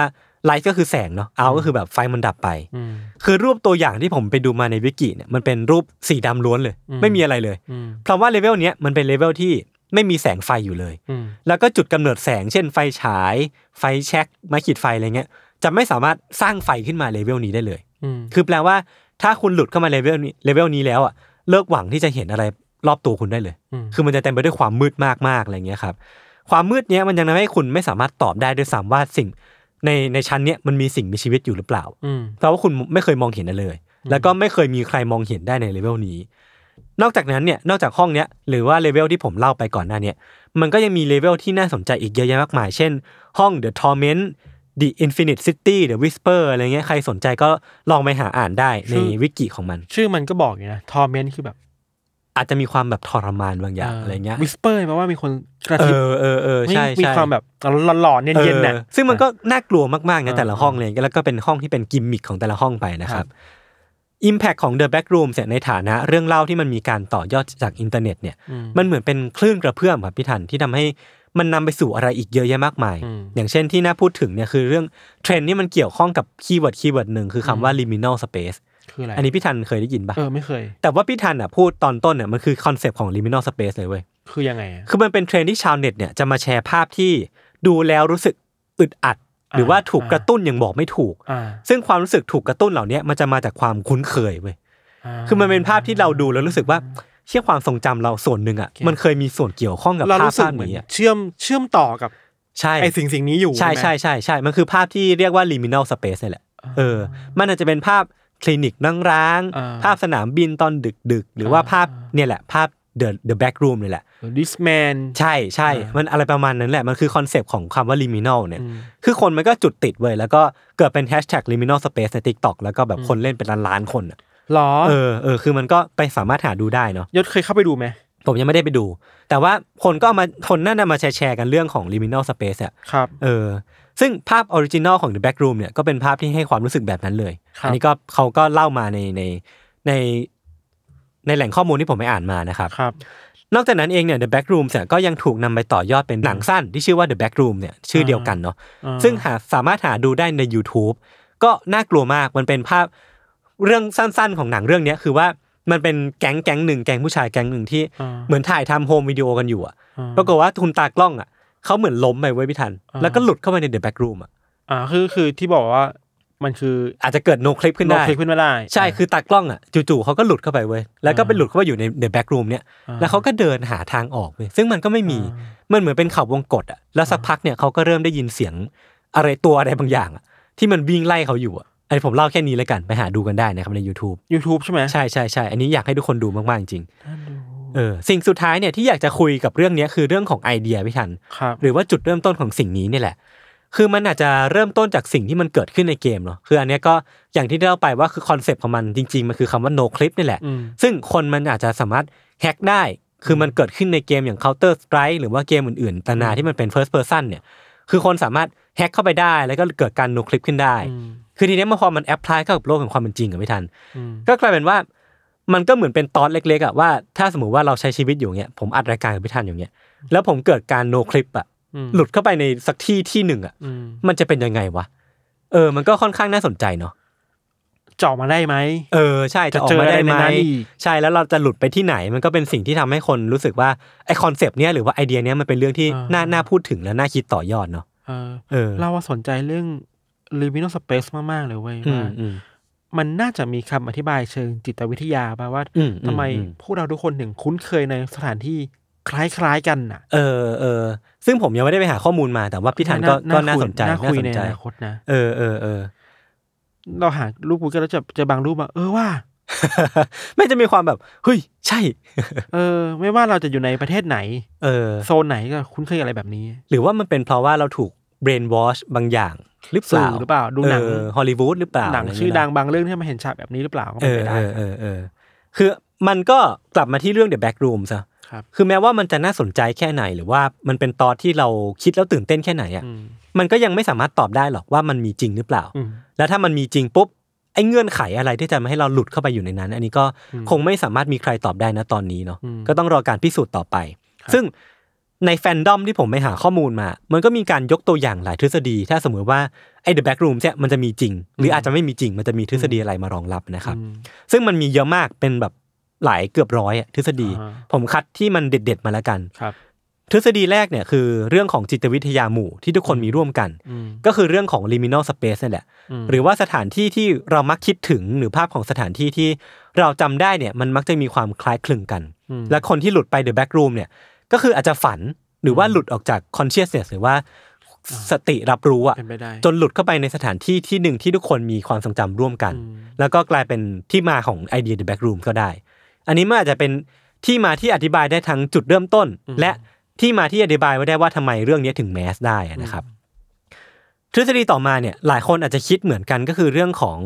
Speaker 1: light ก็คือแสงเนาะ out ก็คือแบบไฟมันดับไป
Speaker 2: อืม
Speaker 1: คือรูปตัวอย่างที่ผมไปดูมาในวิกิเนี่ยมันเป็นรูปสีดำล้วนเลย
Speaker 2: อืม
Speaker 1: ไม่มีอะไรเลย
Speaker 2: อืม
Speaker 1: เพราะว่าเลเวลเนี้ยมันเป็นเลเวลที่ไม่มีแสงไฟอยู่เลย
Speaker 2: อืม
Speaker 1: แล้วก็จุดกำเนิดแสงเช่นไฟฉาย ไฟแช็กไม้ขีดไฟอะไรเงี้ยจะไม่สามารถสร้างไฟขึ้นมาเลเวลนี้ได้เลย
Speaker 2: อืม
Speaker 1: คือแปลว่าถ้าคุณหลุดเข้ามาเลเวลนี้เลเวลนี้แล้วอ่ะเลิกหวังที่จะเห็นอะไรรอบตัวคุณได้เลย
Speaker 2: อืม
Speaker 1: คือมันจะเต็มไปด้วยความมืดมากๆอะไรเงี้ยครับความมืดเนี้ยมันยังทำให้คุณไม่สามารถตอบได้ด้วยซ้ำว่าสิ่งในในชั้นเนี้ยมันมีสิ่งมีชีวิตอยู่หรือเปล่า
Speaker 2: อืม
Speaker 1: เพราะว่าคุณไม่เคยมองเห็นอะไรเลย แล้วก็ไม่เคยมีใครมองเห็นได้ในเลเวลนี้ นอกจากนั้นเนี่ย นอกจากห้องเนี้ย หรือว่าเลเวลที่ผมเล่าไปก่อนหน้าเนี้ย มันก็ยังมีเลเวลที่น่าสนใจอีกเยอะแยะมากมาย เช่น ห้อง The Torment The Infinite City หรือ Whisper อะไรเงี้ยใครสนใจก็ลองไปหาอ่านได้ใน
Speaker 2: ชื่อ
Speaker 1: วิกิของมัน
Speaker 2: ชื่อมันก็บอกอยู่นะทอเมนคือแบบ
Speaker 1: อาจจะมีความแบบทรมานบางอย่างอะไรเงี้ย
Speaker 2: วิสเปอร์แปลว่ามีคนกระ
Speaker 1: เอ
Speaker 2: ซิบ
Speaker 1: อเออเออใช่
Speaker 2: มี
Speaker 1: ใช่
Speaker 2: ความแบบหลอนๆเย็นๆน่ะ
Speaker 1: ออซึ่งมันก็น่ากลัวมาก ๆ
Speaker 2: เอ
Speaker 1: นะ
Speaker 2: อ
Speaker 1: แต่ละห้องเลยแล้วก็เป็นห้องที่เป็นกิมมิคของแต่ละห้องไปนะครับ Impact ของ The Backroom เนี่ยในฐานะเรื่องเล่าที่มันมีการต่อยอดจากอินเทอร์เน็ตเนี่ย
Speaker 2: อืม
Speaker 1: มันเหมือนเป็นคลื่นกระเพื่อมครับพี่ทันที่ทำให้มันนำไปสู่อะไรอีกเยอะแยะมากมาย
Speaker 2: อืม
Speaker 1: อย่างเช่นที่น่าพูดถึงเนี่ยคือเรื่องเทรนด์นี่มันเกี่ยวข้องกับคีย์เวิร์ดคีย์เวิร์ดหนึ่งคือคำว่า liminal space
Speaker 2: คืออะไร
Speaker 1: อันนี้พี่ทันเคยได้ยินปะ
Speaker 2: เออไม่เคย
Speaker 1: แต่ว่าพี่ทันอ่ะพูดตอนต้นเนี่ยมันคือคอนเซปต์ของ liminal space เลยเว้ย
Speaker 2: คือยังไงอะ
Speaker 1: คือมันเป็นเทรนด์ที่ชาวเน็ตเนี่ยจะมาแชร์ภาพที่ดูแล้วรู้สึกอึดอัด หรือว่าถูก
Speaker 2: อ่าก
Speaker 1: กระตุ้นอย่างบอกไม่ถูก
Speaker 2: อ่า
Speaker 1: ซึ่งความรู้สึกถูกกระตุ้นเหล่าเนี้ยมันจะมาจากความคุ้นเคยเว้ย
Speaker 2: า
Speaker 1: คือมันเป็นภาพที่เราดูแล้วรู้สึกว่าเชื่อความทรงจำเราส่วนหนึ่งอ่ะ
Speaker 2: โอเค
Speaker 1: มันเคยมีส่วนเกี่ยวข้องกับ
Speaker 2: เรา
Speaker 1: ภาพ
Speaker 2: รู้สึก
Speaker 1: ภาพ
Speaker 2: เหมือน
Speaker 1: นี้อะ
Speaker 2: เชื่อมเชื่อมต่อกับ
Speaker 1: ใช่
Speaker 2: ไอสิ่งสิ่งนี้อยู่
Speaker 1: ใช่
Speaker 2: ไหม
Speaker 1: ใช่ใช่ใช่มันคือภาพที่เรียกว่า liminal space นี่แหละเออ มันอาจจะเป็นภาพคลินิกนั่งร้าง
Speaker 2: อ่า
Speaker 1: ภาพสนามบินตอนดึกดึกๆหรือว่า
Speaker 2: อ่า
Speaker 1: ภาพเนี่ยแหละภาพ the the back room นี่แหละ
Speaker 2: this man
Speaker 1: ใช่ใช่
Speaker 2: อ่ามั
Speaker 1: มันอะไรประมาณนั้นแหละ มันคือคอนเซปต์ของคำว่า liminal เนี่ย
Speaker 2: อืม
Speaker 1: คือคนมันก็จุดติดเว้ยแล้วก็เกิดเป็นแฮชแท็ก liminal space ใน TikTok แล้วก็แบบคนเล่นเป็นล้านๆคนอะ
Speaker 2: หรอ
Speaker 1: เออเออคือมันก็ไปสามารถหาดูได้เนาะ
Speaker 2: ยศเคยเข้าไปดูไหม
Speaker 1: ผมยังไม่ได้ไปดู แต่ว่าคนก็เอามาคนน่าจะมาแชร์แชร์กันเรื่องของ liminal space อ่ะ
Speaker 2: ครับ
Speaker 1: เออ ซึ่งภาพออริจินอลของ the back room เนี่ยก็เป็นภาพที่ให้ความรู้สึกแบบนั้นเลย
Speaker 2: ครับ
Speaker 1: อันี้ก็เขาก็เล่ามาในในในในแหล่งข้อมูลที่ผมไปอ่านมานะครับ
Speaker 2: ครับ
Speaker 1: นอกจากนั้นเองเนี่ย The Back Room เนี่ยก็ยังถูกนำไปต่อยอดเป็นหนังสั้นที่ชื่อว่า The Back Room เนี่ยชื่อเดียวกันเนาะ
Speaker 2: อ่า
Speaker 1: ซึ่งหาสามารถหาดูได้ใน YouTube ก็น่ากลัวมากมันเป็นภาพเรื่องสั้นๆของหนังเรื่องเนี้ยคือว่ามันเป็นแก๊งแก๊งหนึ่งแก๊งผู้ชายแก๊งหนึ่งที่เหมือนถ่ายทำโฮมวิดีโอกันอยู่อะปรากฏว่าทุนตากล้องอะเขาเหมือนล้มไปไว้ยพี่ทัน แล้วก็หลุดเข้าไปใน The Back Room อะ
Speaker 2: อ่าคือคือที่บอกว่ามันคือ
Speaker 1: อาจจะเกิดโนคลิปขึ้นได้
Speaker 2: โคลิปขึ้นมาได้
Speaker 1: ใช่
Speaker 2: า
Speaker 1: คือตากล้องอ่ะจู่ๆเขาก็หลุดเข้าไปเว้ยแล้วก็ไปหลุดเข้าไปอยู่ในเดอะแบ็กรูมเนี่ย
Speaker 2: อ่า
Speaker 1: แล้วเขาก็เดินหาทางออกเว้ยซึ่งมันก็ไม่มีมันเหมือนเป็นเขาวงกตอ่ะแล้วสักพักเนี่ยเขาก็เริ่มได้ยินเสียงอะไรตัวอะไรบางอย่างอะที่มันวิ่งไล่เขาอยู่อ่ะอันนี้ผมเล่าแค่นี้แล้วกันไปหาดูกันได้นะครับใน YouTube
Speaker 2: YouTube ใช่ไหม
Speaker 1: ใช่ใช่ใช่อันนี้อยากให้ทุกคนดูมากๆจริงเออสิ่งสุดท้ายเนี่ยที่อยากจะคุยกับเรื่องเนี้ยคือเรื่องของไอเดียพี่ทัน
Speaker 2: ครับ
Speaker 1: หรือว่าจุดเริ่มต้นของสิ่งนี้เนี่ยแหละ คือมันอาจจะเริ่มต้นจากสิ่งที่มันเกิดขึ้นในเกมเนาะ คืออันเนี้ยก็อย่างที่ได้เล่าไปว่าคือคอนเซปต์ของมันจริงๆ มันคือคำว่า no clip นี่แหละ
Speaker 2: อืม
Speaker 1: ซึ่งคนมันอาจจะสามารถแฮกได้ คือมันเกิดขึ้นในเกมอย่าง counter strike หรือว่าเกมอื่นๆตนาที่มันเป็น first person เนี่ย คือคนสามารถแฮกเข้าไปได้ แล้วก็เกิดการ no clip ขึ้นได้
Speaker 2: อืม
Speaker 1: คือทีเนี้ยมันพอมันแอพพลายเข้ากับโลกของความเป็นจริงกับไม่ทัน
Speaker 2: อืม
Speaker 1: ก็กลายเป็นว่ามันก็เหมือนเป็นตอนเล็กๆอะว่าถ้าสมมติว่าเราใช้ชีวิตอยู่เงี้ยผมอัดรายการกับพี่ทันอยู่เงี้ยแล้วผมเกิดการ no clip อะ
Speaker 2: อืม
Speaker 1: หลุดเข้าไปในสักที่ที่หนึ่งอ่ะ
Speaker 2: อืม
Speaker 1: มันจะเป็นยังไงวะ เออ มันก็ค่อนข้างน่าสนใจเนาะ
Speaker 2: เจาะมาได้ไหม
Speaker 1: เออ ใช่ จะออกมาได้ไหม
Speaker 2: จะเจออะไรในนั้นอีก
Speaker 1: ใช่ แล้วเราจะหลุดไปที่ไหน มันก็เป็นสิ่งที่ทำให้คนรู้สึกว่าไอคอนเซปต์เนี้ยหรือว่าไอเดียเนี้ยมันเป็นเรื่องที่น่าน่าพูดถึงและน่าคิดต่อยอดเนาะ
Speaker 2: เออ
Speaker 1: เออ
Speaker 2: เราว่าสนใจเรื่อง liminal space มากๆเลยเว้ย
Speaker 1: อื
Speaker 2: ว่าม
Speaker 1: อืม
Speaker 2: มันน่าจะมีคำอธิบายเชิงจิตวิทยาป่ะว่า
Speaker 1: อืม
Speaker 2: ทำไม
Speaker 1: อืม
Speaker 2: พวกเราทุกคนถึงคุ้นเคยในสถานที่คล้ายๆกันน่ะ
Speaker 1: เออเออ ซึ่งผมยังไม่ได้ไปหาข้อมูลมา แต่ว่าพี่ธันก็ก็น่าสนใจ
Speaker 2: น่า
Speaker 1: น่า
Speaker 2: คุย
Speaker 1: สน
Speaker 2: ใน
Speaker 1: ใจ
Speaker 2: อนาคตนะ
Speaker 1: เออเออเอ [LAUGHS] อ
Speaker 2: เราหารูปกูก็แล้วจะเจอบางรูปว่าเออว่า
Speaker 1: ไม่จะมีความแบบ เฮ้ย ใช่
Speaker 2: เออ ไม่ว่าเราจะอยู่ในประเทศไหน
Speaker 1: เออ
Speaker 2: โซนไหนก็คุ้นเคยอะไรแบบนี้
Speaker 1: หรือว่ามันเป็นเพราะว่าเราถูก brainwash บางอย่างหรือเปล่า
Speaker 2: สื่อหรือเปล่าดูหนัง
Speaker 1: ฮอลลีวูดหรือเป
Speaker 2: หนัง
Speaker 1: ล่าะไรเย
Speaker 2: ชื่อ
Speaker 1: นะ
Speaker 2: ดังบางเรื่องที่มันเห็นฉากแบบนี้หรือเปล่าก็
Speaker 1: เอ
Speaker 2: เป็
Speaker 1: อ
Speaker 2: นไปได้
Speaker 1: เออเออเออคือมันก็กลับมาที่เรื่อง The Back Room ซะ
Speaker 2: ครับ
Speaker 1: คือแม้ว่ามันจะน่าสนใจแค่ไหน หรือว่ามันเป็นตอนที่เราคิดแล้วตื่นเต้นแค่ไหนอ่ะ
Speaker 2: อืม
Speaker 1: มันก็ยังไม่สามารถตอบได้หรอกว่ามันมีจริงหรือเปล่า
Speaker 2: อืม
Speaker 1: แล้วถ้ามันมีจริงปุ๊บ ไอ้เงื่อนไขอะไรที่จะมาให้เราหลุดเข้าไปอยู่ในนั้น อันนี้ก็คงไม่สามารถมีใครตอบได้นะตอนนี้เนาะ
Speaker 2: อืม
Speaker 1: ก็ต้องรอการพิสูจน์ต่อไป
Speaker 2: ครับ
Speaker 1: ซึ่งในแฟนดอมที่ผมไปหาข้อมูลมา มันก็มีการยกตัวอย่างหลายทฤษฎี ถ้าสมมติว่าไอ้ The Back Room เนี่ยมันจะมีจริง หรืออาจจะไม่มีจริง มันจะมีทฤษฎีอะไรมารองรับนะครับ
Speaker 2: อืม
Speaker 1: ซึ่งมันมีเยอะมาก เป็นแบบหลายเกือบร้อยอะทฤษฎี
Speaker 2: อ่าฮะ
Speaker 1: ผมคัดที่มันเด็ด ๆ มาแล้วกัน
Speaker 2: ครับ
Speaker 1: ทฤษฎีแรกเนี่ยคือเรื่องของจิตวิทยาหมู่ที่ทุกคนมีร่วมกัน
Speaker 2: อืม
Speaker 1: ก็คือเรื่องของ liminal space นั่นแหละ
Speaker 2: อืม
Speaker 1: หรือว่าสถานที่ที่เรามักคิดถึงหรือภาพของสถานที่ที่เราจำได้เนี่ยมันมักจะมีความคล้ายคลึงกัน และคนที่หลุดไป the back room เนี่ยก็คืออาจจะฝันหรือว่าหลุดออกจาก consciousness หรือว่าสติรับรู้อะ
Speaker 2: เป็นไปได้
Speaker 1: จนหลุดเข้าไปในสถานที่ที่หนึ่งที่ทุกคนมีความทรงจำร่วมกัน
Speaker 2: อืม
Speaker 1: แล้วก็กลายเป็นที่มาของไอเดีย the back room ก็ได้ อันนี้มันอาจจะเป็นที่มาที่อธิบายได้ทั้งจุดเริ่มต้น และที่มาที่อธิบายไว้ได้ว่าทำไมเรื่องนี้ถึงแมสได้อะนะครับ ทฤษฎีต่อมาเนี่ยหลายคนอาจจะคิดเหมือนกันก็คือเรื่องของ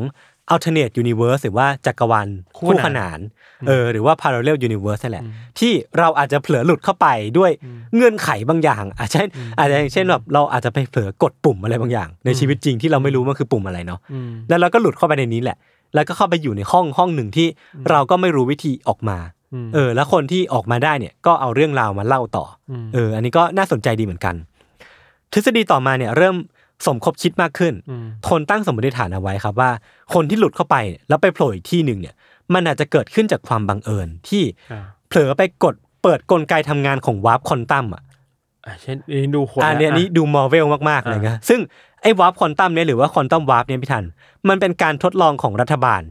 Speaker 1: alternate universe หรือว่าจักรวาล
Speaker 2: คู่
Speaker 1: คู่ข
Speaker 2: ข
Speaker 1: นาน
Speaker 2: าน น
Speaker 1: เออหรือว่า parallel universe นั่นแหละ ที่เราอาจจะเผลอหลุดเข้าไปด้วยเงื่อนไขบางอย่าง อาจจะอาจจะอย่างเช่นแบบเราอาจจะไปเผลอกดปุ่มอะไรบางอย่าง ในชีวิตจริงที่เราไม่รู้มันคือปุ่มอะไรเนาะ
Speaker 2: อืม
Speaker 1: แล้วเราก็หลุดเข้าไปในนี้แหละ แล้วก็เข้าไปอยู่ในห้องห้องหนึ่งที่เราก็ไม่รู้วิธีออกมา
Speaker 2: อืม
Speaker 1: เออ แล้วคนที่ออกมาได้เนี่ยก็เอาเรื่องราวมาเล่าต่ออ
Speaker 2: ม
Speaker 1: เออ อันนี้ก็น่าสนใจดีเหมือนกัน ทฤษฎีต่อมาเนี่ยเริ่มสมคบคิดมากขึ้น
Speaker 2: อืม
Speaker 1: คนตั้งสมมติฐานเอาไว้ครับว่า คนที่หลุดเข้าไปแล้วไปโผล่อีกที่หนึ่งเนี่ย มันอาจจะเกิดขึ้นจากความบังเอิญที่
Speaker 2: อ่า
Speaker 1: เผลอไปกดเปิดกลไกทำงานของวาร์ปคอนตัมอ่ะ
Speaker 2: อ่ะเช่นนี่ดูคน
Speaker 1: อัน
Speaker 2: ละ
Speaker 1: เนี้ยนี่
Speaker 2: ะ
Speaker 1: ดูมอร์เวลมากๆเลย
Speaker 2: อ่า
Speaker 1: นะซึ่งไอ้วาร์ปคอนตัมเนี่ยหรือว่าคอนตัมวาร์ปเนี่ยพี่ทัน มันเป็นการทดลองของรัฐบาล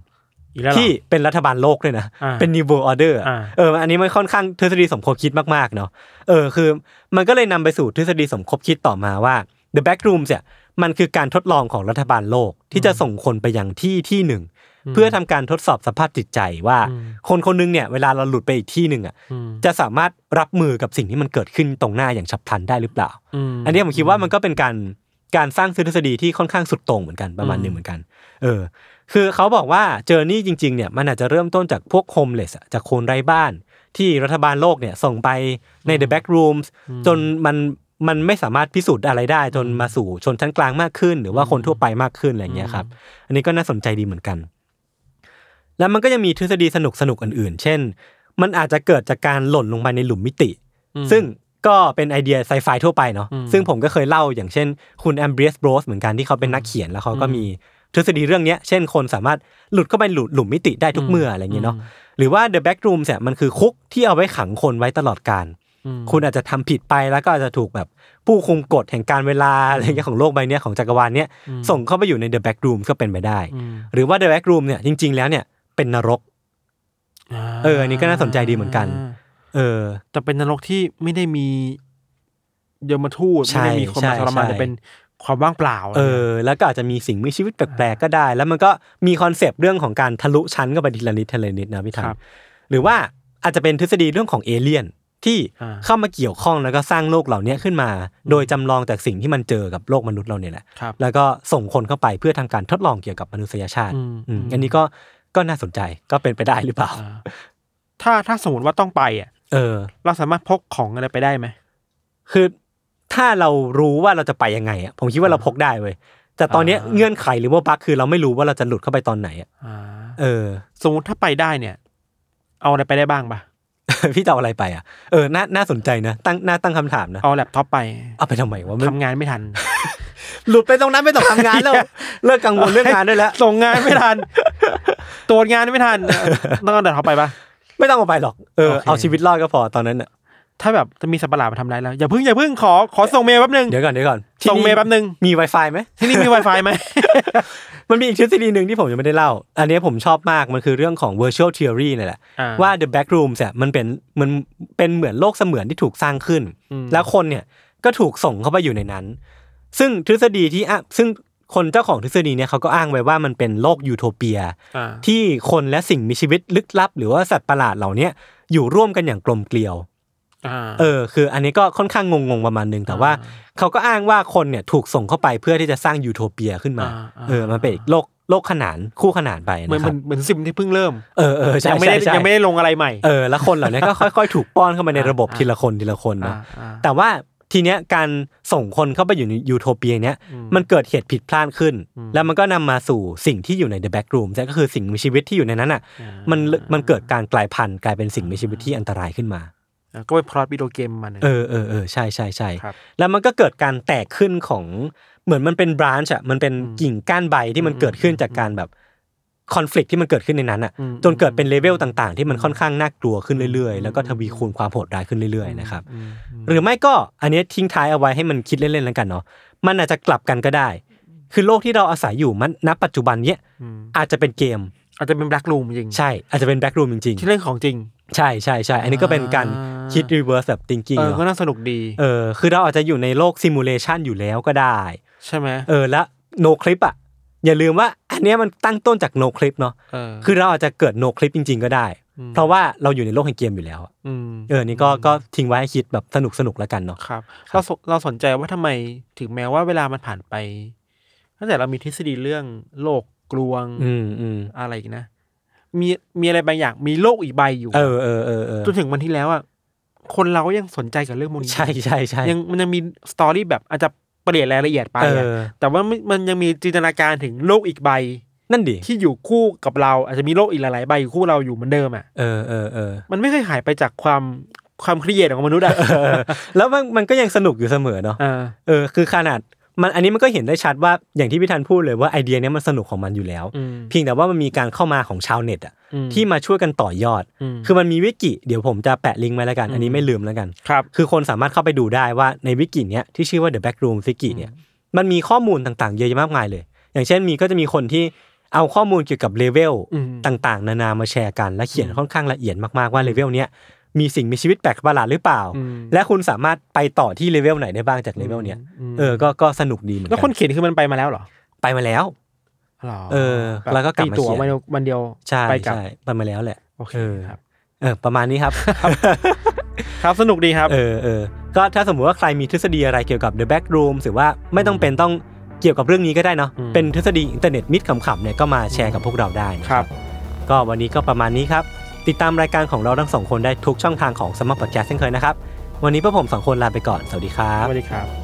Speaker 2: อีกแล้วเหรอ
Speaker 1: ที่เป็นรัฐบาลโลกด้วยนะ
Speaker 2: อ่า
Speaker 1: เป็น New World Order
Speaker 2: อ่า
Speaker 1: เออ อันนี้มันค่อนข้างทฤษฎีสมคบคิดมากๆเนาะ เออ คือ มันก็เลยนำไปสู่ทฤษฎีสมคบคิดต่อมาว่า The Backroom เนี่ย มันคือการทดลองของรัฐบาลโลกที่จะส่งคนไปยังที่ที่หนึ่ง เพื่อทำการทดสอบสภาพจิตใจว่า คนคนหนึงเนี่ยเวลาเราหลุดไปอีกที่หนึ่งอ่ะ
Speaker 2: อืม
Speaker 1: จะสามารถรับมือกับสิ่งที่มันเกิดขึ้นตรงหน้าอย่างฉับพลันได้หรือเปล่า
Speaker 2: ม
Speaker 1: อันเนี้ยผมคิดว่ามันก็เป็นการการสร้างทฤษฎีที่ค่อนข้างสุดโต่งเหมือนกันประมาณหนึ่งเหมือนกัน เออ คือเขาบอกว่าเจอร์นี่จริงๆเนี่ยมันอาจจะเริ่มต้นจากพวกโฮมเลสจากคนไร้บ้าน ที่รัฐบาลโลกเนี่ยส่งไปใน The Back Rooms จนมันมันไม่สามารถพิสูจน์อะไรได้ จนมาสู่ชนชั้นกลางมากขึ้น หรือว่าคนทั่วไปมากขึ้นอะไรอย่างเงี้ยครับ อันนี้ก็น่าสนใจดีเหมือนกัน แล้วมันก็ยังมีทฤษฎีสนุกสนุกๆอื่นๆ เช่น มันอาจจะเกิดจากการหล่นลงไปในหลุมมิติ ซึ่งก็เป็นไอเดียไซไฟทั่วไปเนาะ ซึ่งผมก็เคยเล่าอย่างเช่น คุณแอมเบรียสโบรสเหมือนกันที่เขาเป็นนักเขียนแล้วเขาก็มีทฤษฎีเรื่องเนี้ย เช่นคนสามารถหลุดเข้าไปหลุดหลุมมิติได้ทุกเมื่ออะไรอย่างเงี้ยเนาะ หรือว่า The Back Room เนี่ยมันคือคุกที่เอาไว้ขังคนไว้ตลอดการ คุณอาจจะทำผิดไปแล้วก็อาจจะถูกแบบผู้คุมกฎแห่งการเวลาอะไรเงี้ยของโลกใบเนี้ยของจักรวาลเนี้ยส่งเข้าไปอยู่ใน The Back Room ก็เป็นไปได้ หรือว่า The Back Room เนี่ยจริง ๆ แล้วเนี่ยเป็นนรก เอออันนี้ก็น่าสนใจดีเหมือนกัน เออ
Speaker 2: แต่เป็นนรกที่ไม่ได้มียมทูต
Speaker 1: ใช่
Speaker 2: ไม่ได้มีคนมาทรมา
Speaker 1: ใช่ใช่
Speaker 2: นแต่เป็นความว่างเปล่า
Speaker 1: เออแล้วก็อาจจะมีสิ่งมีชีวิตแปลกๆก็ได้ แล้วมันก็มีคอนเซปต์เรื่องของการทะลุชั้นก็ไปทีละนิดทีละนิดนะพี่
Speaker 2: ค
Speaker 1: ทัน
Speaker 2: รับ
Speaker 1: หรือว่าอาจจะเป็นทฤษฎีเรื่องของเอเลี่ยนที่
Speaker 2: อ่า
Speaker 1: เข้ามาเกี่ยวข้องแล้วก็สร้างโลกเหล่านี้ขึ้นมา โดยจำลองจากสิ่งที่มันเจอกับโลกมนุษย์เราเนี่ยแหละ
Speaker 2: ครับ
Speaker 1: แล้วก็ส่งคนเข้าไปเพื่อทำการทดลองเกี่ยวกับมนุษยชาติ
Speaker 2: อืม
Speaker 1: อืมอันนี้ก็ก็น่าสนใจก็เป็นไปได้หรือเปล่า
Speaker 2: อ่าถ้าถ้าสมมติว่าต้องไปอ่ะ
Speaker 1: เออ
Speaker 2: เราสามารถพกของอะไรไปได้ไหม
Speaker 1: คือถ้าเรารู้ว่าเราจะไปยังไงอ่ะผมคิดว่าเราพกได้เว้ยแต่ตอนเนี้ย
Speaker 2: อ่า
Speaker 1: เงื่อนไขหรือว่าบั๊กคือเราไม่รู้ว่าเราจะหลุดเข้าไปตอนไหนอะเอ [LAUGHS] อ
Speaker 2: สมมติถ้าไปได้เนี่ย เอาอะไรไปได้บ้างปะ
Speaker 1: พี่จะเอาอะไรไปอ่ะ เออ น่า น่าสนใจนะ ตั้ง น่าตั้งคำถามนะ
Speaker 2: เอาแล็ปท็อปไป
Speaker 1: เอาไปทำไมวะมัน
Speaker 2: ทำงานไม่ทัน
Speaker 1: หลุดไปตรงนั้นไม่ต้องทำงานแล้ว [LAUGHS] เลิกกังวลเรื่องงานได้แล้ว
Speaker 2: [LAUGHS] ส่งงานไม่ทั
Speaker 1: [LAUGHS]
Speaker 2: น ตรวจงานไม่ทันเออต้องเอาแล็ปท็อปไปปะ
Speaker 1: ไม่ต้องเอาไปหรอก เออ
Speaker 2: โอเค
Speaker 1: เอาชีวิตรอดก็พอตอนนั้นน่ะ
Speaker 2: ถ้าแบบจะมีสัตว์ประหลาดมาทำร้ายเราอย่าเพิ่งอย่าเพิ่งขอขอส่งเมลแป๊บนึง
Speaker 1: เดี๋ยวก่อน เดี๋ยวก่อนที่
Speaker 2: ส่งเมลแป๊บนึง
Speaker 1: มี Wi-Fi ไหม
Speaker 2: ที่นี่มี Wi-Fi ไหม
Speaker 1: มันมีอีกทฤษฎีหนึ่งที่ผมยังไม่ได้เล่า อันนี้ผมชอบมาก มันคือเรื่องของ virtual theory นี่แหละ
Speaker 2: อ่า
Speaker 1: ว่า the back room เนี่ยมันเป็นมันเป็นเหมือนโลกเสมือนที่ถูกสร้างขึ้น แล้วคนเนี่ยก็ถูกส่งเข้าไปอยู่ในนั้น ซึ่งทฤษฎีที่อ่ะซึ่งคนเจ้าของทฤษฎีเนี่ยเขาก็อ้างไว้ว่ามันเป็นโลกยูโทเปีย
Speaker 2: อ่า
Speaker 1: ที่คนและสิ่งมีชีวิตลึกลับ หรือว่าสัตว์ประหลาดเหล่าเนี้ยอยู่ร่วมกันอย่างกลมเกลียว
Speaker 2: อ่า
Speaker 1: เออคืออันนี้ก็ค่อนข้างงงๆประมาณนึงแต่ว่าเขาก็อ้างว่าคนเนี่ยถูกส่งเข้าไปเพื่อที่จะสร้างยูโทเปียขึ้นมา
Speaker 2: อ่าอ่า
Speaker 1: เออมันเป็นอีกโลกโลกขนานคู่ขนานไป
Speaker 2: เหมือน
Speaker 1: นะ
Speaker 2: เห
Speaker 1: ค
Speaker 2: มื
Speaker 1: รั
Speaker 2: อน
Speaker 1: บ
Speaker 2: เหมือนซิมที่เพิ่งเริ่ม
Speaker 1: เออเออใช่
Speaker 2: ยังไม่ได้
Speaker 1: ใช่ใช่
Speaker 2: ยังไม่ได้ลงอะไรใหม่
Speaker 1: เออแล้วคนเหล่านี้ก็ ค่อยๆ ถูกป้อนเข้ามาในระบบทีละคนทีละคนเนาะ
Speaker 2: อ่าอ่า
Speaker 1: แต่ว่าทีเนี้ยการส่งคนเข้าไปอยู่ในยูโทเปียเนี้ยมันเกิดเหตุผิดพลาดขึ้น แล้วมันก็นำมาสู่สิ่งที่อยู่ใน The Back Room ก็คือสิ่งมีชีวิตที่อยู่ในนั้นอ่ะมันมันเกิดการกลายพันธุ์กลายเป็นสิ่งมีชีวิตที่อันตรายขึ้นมา
Speaker 2: ก็เป็นพล็อตวิดีโอเกมมันง
Speaker 1: เออเออเออใช่ใช่ใช่
Speaker 2: ครับ
Speaker 1: แล้วมันก็เกิดการแตกขึ้นของเหมือนมันเป็นบร a นช h อะมันเป็นกิ่งก้านใบที่มันเกิดขึ้นจากการแบบคอน FLICT ที่มันเกิดขึ้นในนั้นอะจนเกิดเป็นเลเวลต่างๆ ที่มันค่อนข้างน่ากลัวขึ้นเรื่อยๆ แล้วก็ทวีคูณความโหดร้ายขึ้นเรื่อยๆนะครับหรือไม่ก็อันเนี้ยทิ้งท้ายเอาไว้ให้มันคิดเล่นๆแล้วกันเนาะมันอาจจะกลับกันก็ได้ คือโลกที่เราอาศัยอยู่มันณปัจจุบันเนี้ยอาจจะเป็นเกม
Speaker 2: อาจจะเป็นแบล็กรูมจริง
Speaker 1: ใช่อาจจะเป็นแบ็กรูมจริง
Speaker 2: ที่เล่นของจริง
Speaker 1: ๆใช่ใช่ใช่อันนี้ก็เป็นการ
Speaker 2: อ่า
Speaker 1: คิดรีเวิร์สแบบ thinking
Speaker 2: เออ
Speaker 1: เนาะ
Speaker 2: ก็น่าสนุกดี
Speaker 1: เออคือเราอาจจะอยู่ในโลกซิมูเลชันอยู่แล้วก็ได้
Speaker 2: ใช่ไหม
Speaker 1: เออและโนคลิปอ่ะอย่าลืมว่าอันเนี้ยมันตั้งต้นจากโนคลิปเนาะ
Speaker 2: เออ
Speaker 1: คือเราอาจจะเกิดโนคลิปจริง ๆ ก็ได้ เพราะว่าเราอยู่ในโลกแห่งเกมอยู่แล้วอะ
Speaker 2: ม
Speaker 1: เออนี่ก็ก็ทิ้งไว้ให้คิดแบบสนุกสนุกๆแล้วกันเนาะ
Speaker 2: ครับเราสเราสนใจว่าทำไมถึงแม้ว่าเวลามันผ่านไป ตั้งแต่เรามีทฤษฎีเรื่องโลกกลวง
Speaker 1: อืมอืม
Speaker 2: อะไรอีกนะ มีมีอะไรบางอย่างมีโลกอีกใบอยู่
Speaker 1: เออเออเออเออ
Speaker 2: จนถึงวันที่แล้วอ่ะคนเราก็ยังสนใจกับเรื่องพวกนี้
Speaker 1: ใช่ใช่ใช่
Speaker 2: ยังมันยังมีสตอรี่แบบอาจจะเปลี่ยนรายละเอียดไป
Speaker 1: เอ
Speaker 2: อะ
Speaker 1: อ
Speaker 2: แต่ว่ามันมันยังมีจินตนาการถึงโลกอีกใบ
Speaker 1: นั่นดิ
Speaker 2: ที่อยู่คู่กับเรา อาจจะมีโลกอีกหลายๆใบอยู่คู่เราอยู่เหมือนเดิมอ่ะ
Speaker 1: เออเออเออ
Speaker 2: มันไม่เคยหายไปจากความความเครียดของมนุษ
Speaker 1: [LAUGHS]
Speaker 2: ย์อ่ะ
Speaker 1: เออแล้วมันมันก็ยังสนุกอยู่เสมอเนาะ
Speaker 2: เออ
Speaker 1: เออคือขนาดมันอันนี้มันก็เห็นได้ชัดว่าอย่างที่พี่ธันพูดเลยว่าไอเดียเนี้ยมันสนุกของมันอยู่แล้ว
Speaker 2: อืม
Speaker 1: เพียงแต่ว่ามันมีการเข้ามาของชาวเน็ตอะ
Speaker 2: อืม
Speaker 1: ที่มาช่วยกันต่อยอด
Speaker 2: อืม
Speaker 1: คือมันมีวิกิเดี๋ยวผมจะแปะลิงก์ไว้แล้วกัน อันนี้ไม่ลืมแล้วกัน
Speaker 2: ครับ
Speaker 1: คือคนสามารถเข้าไปดูได้ว่าในวิกิเนี้ยที่ชื่อว่า The Backroom w i k i เนี่ยมันมีข้อมูลต่างๆ เยอะแยะมากมายเลย อย่างเช่นมีก็จะมีคนที่เอาข้อมูลเกี่ยวกับเลเวล
Speaker 2: อืม
Speaker 1: ต่างๆ นานามาแชร์กัน และเขียนค่อนข้างละเอียดมากๆว่าเลเวลเนี้ยมีสิ่งมีชีวิตแปลกประหลาดหรือเปล่า
Speaker 2: อืม
Speaker 1: และคุณสามารถไปต่อที่เลเวลไหนได้บ้างจากเลเวลเนี้ย
Speaker 2: อืม
Speaker 1: เออก็ก็สนุกดีเหมือน
Speaker 2: แล้วค
Speaker 1: กัน น
Speaker 2: เขียนคือมันไปมาแล้วเหรอ
Speaker 1: ไปมาแล้ว
Speaker 2: หร
Speaker 1: เออแล้วก็กลับมา
Speaker 2: ตีตั๋ว
Speaker 1: เขียน
Speaker 2: วันเดียววันเดียว
Speaker 1: ใช่
Speaker 2: ไปกลับ
Speaker 1: ใช่ไปมาแล้วแหละ
Speaker 2: โอเค
Speaker 1: เออ
Speaker 2: ครับ
Speaker 1: เออประมาณนี้ครับ
Speaker 2: ครับสนุกดีครับ
Speaker 1: เออเออก็ถ้าสมมติว่าใครมีทฤษฎีอะไรเกี่ยวกับ The Back Room หรือว่าไม่ต้องเป็นต้องเกี่ยวกับเรื่องนี้ก็ได้เนาะ
Speaker 2: อืม
Speaker 1: เป็นทฤษฎีอินเทอร์เน็ตมิดขำๆเนี่ยก็มาแชร์กับพวกเราได้นะ
Speaker 2: ค
Speaker 1: ค
Speaker 2: รั
Speaker 1: รั
Speaker 2: บบ
Speaker 1: ก็วันนี้ก็ประมาณนี้ครับ ติดตามรายการของเราทั้งสองคนได้ทุกช่องทางของสมัครปัจจัยเช่นเคยนะครับ วันนี้พวกผมสองคนลาไปก่อน สวัสดีครับ
Speaker 2: สวัสดีครับ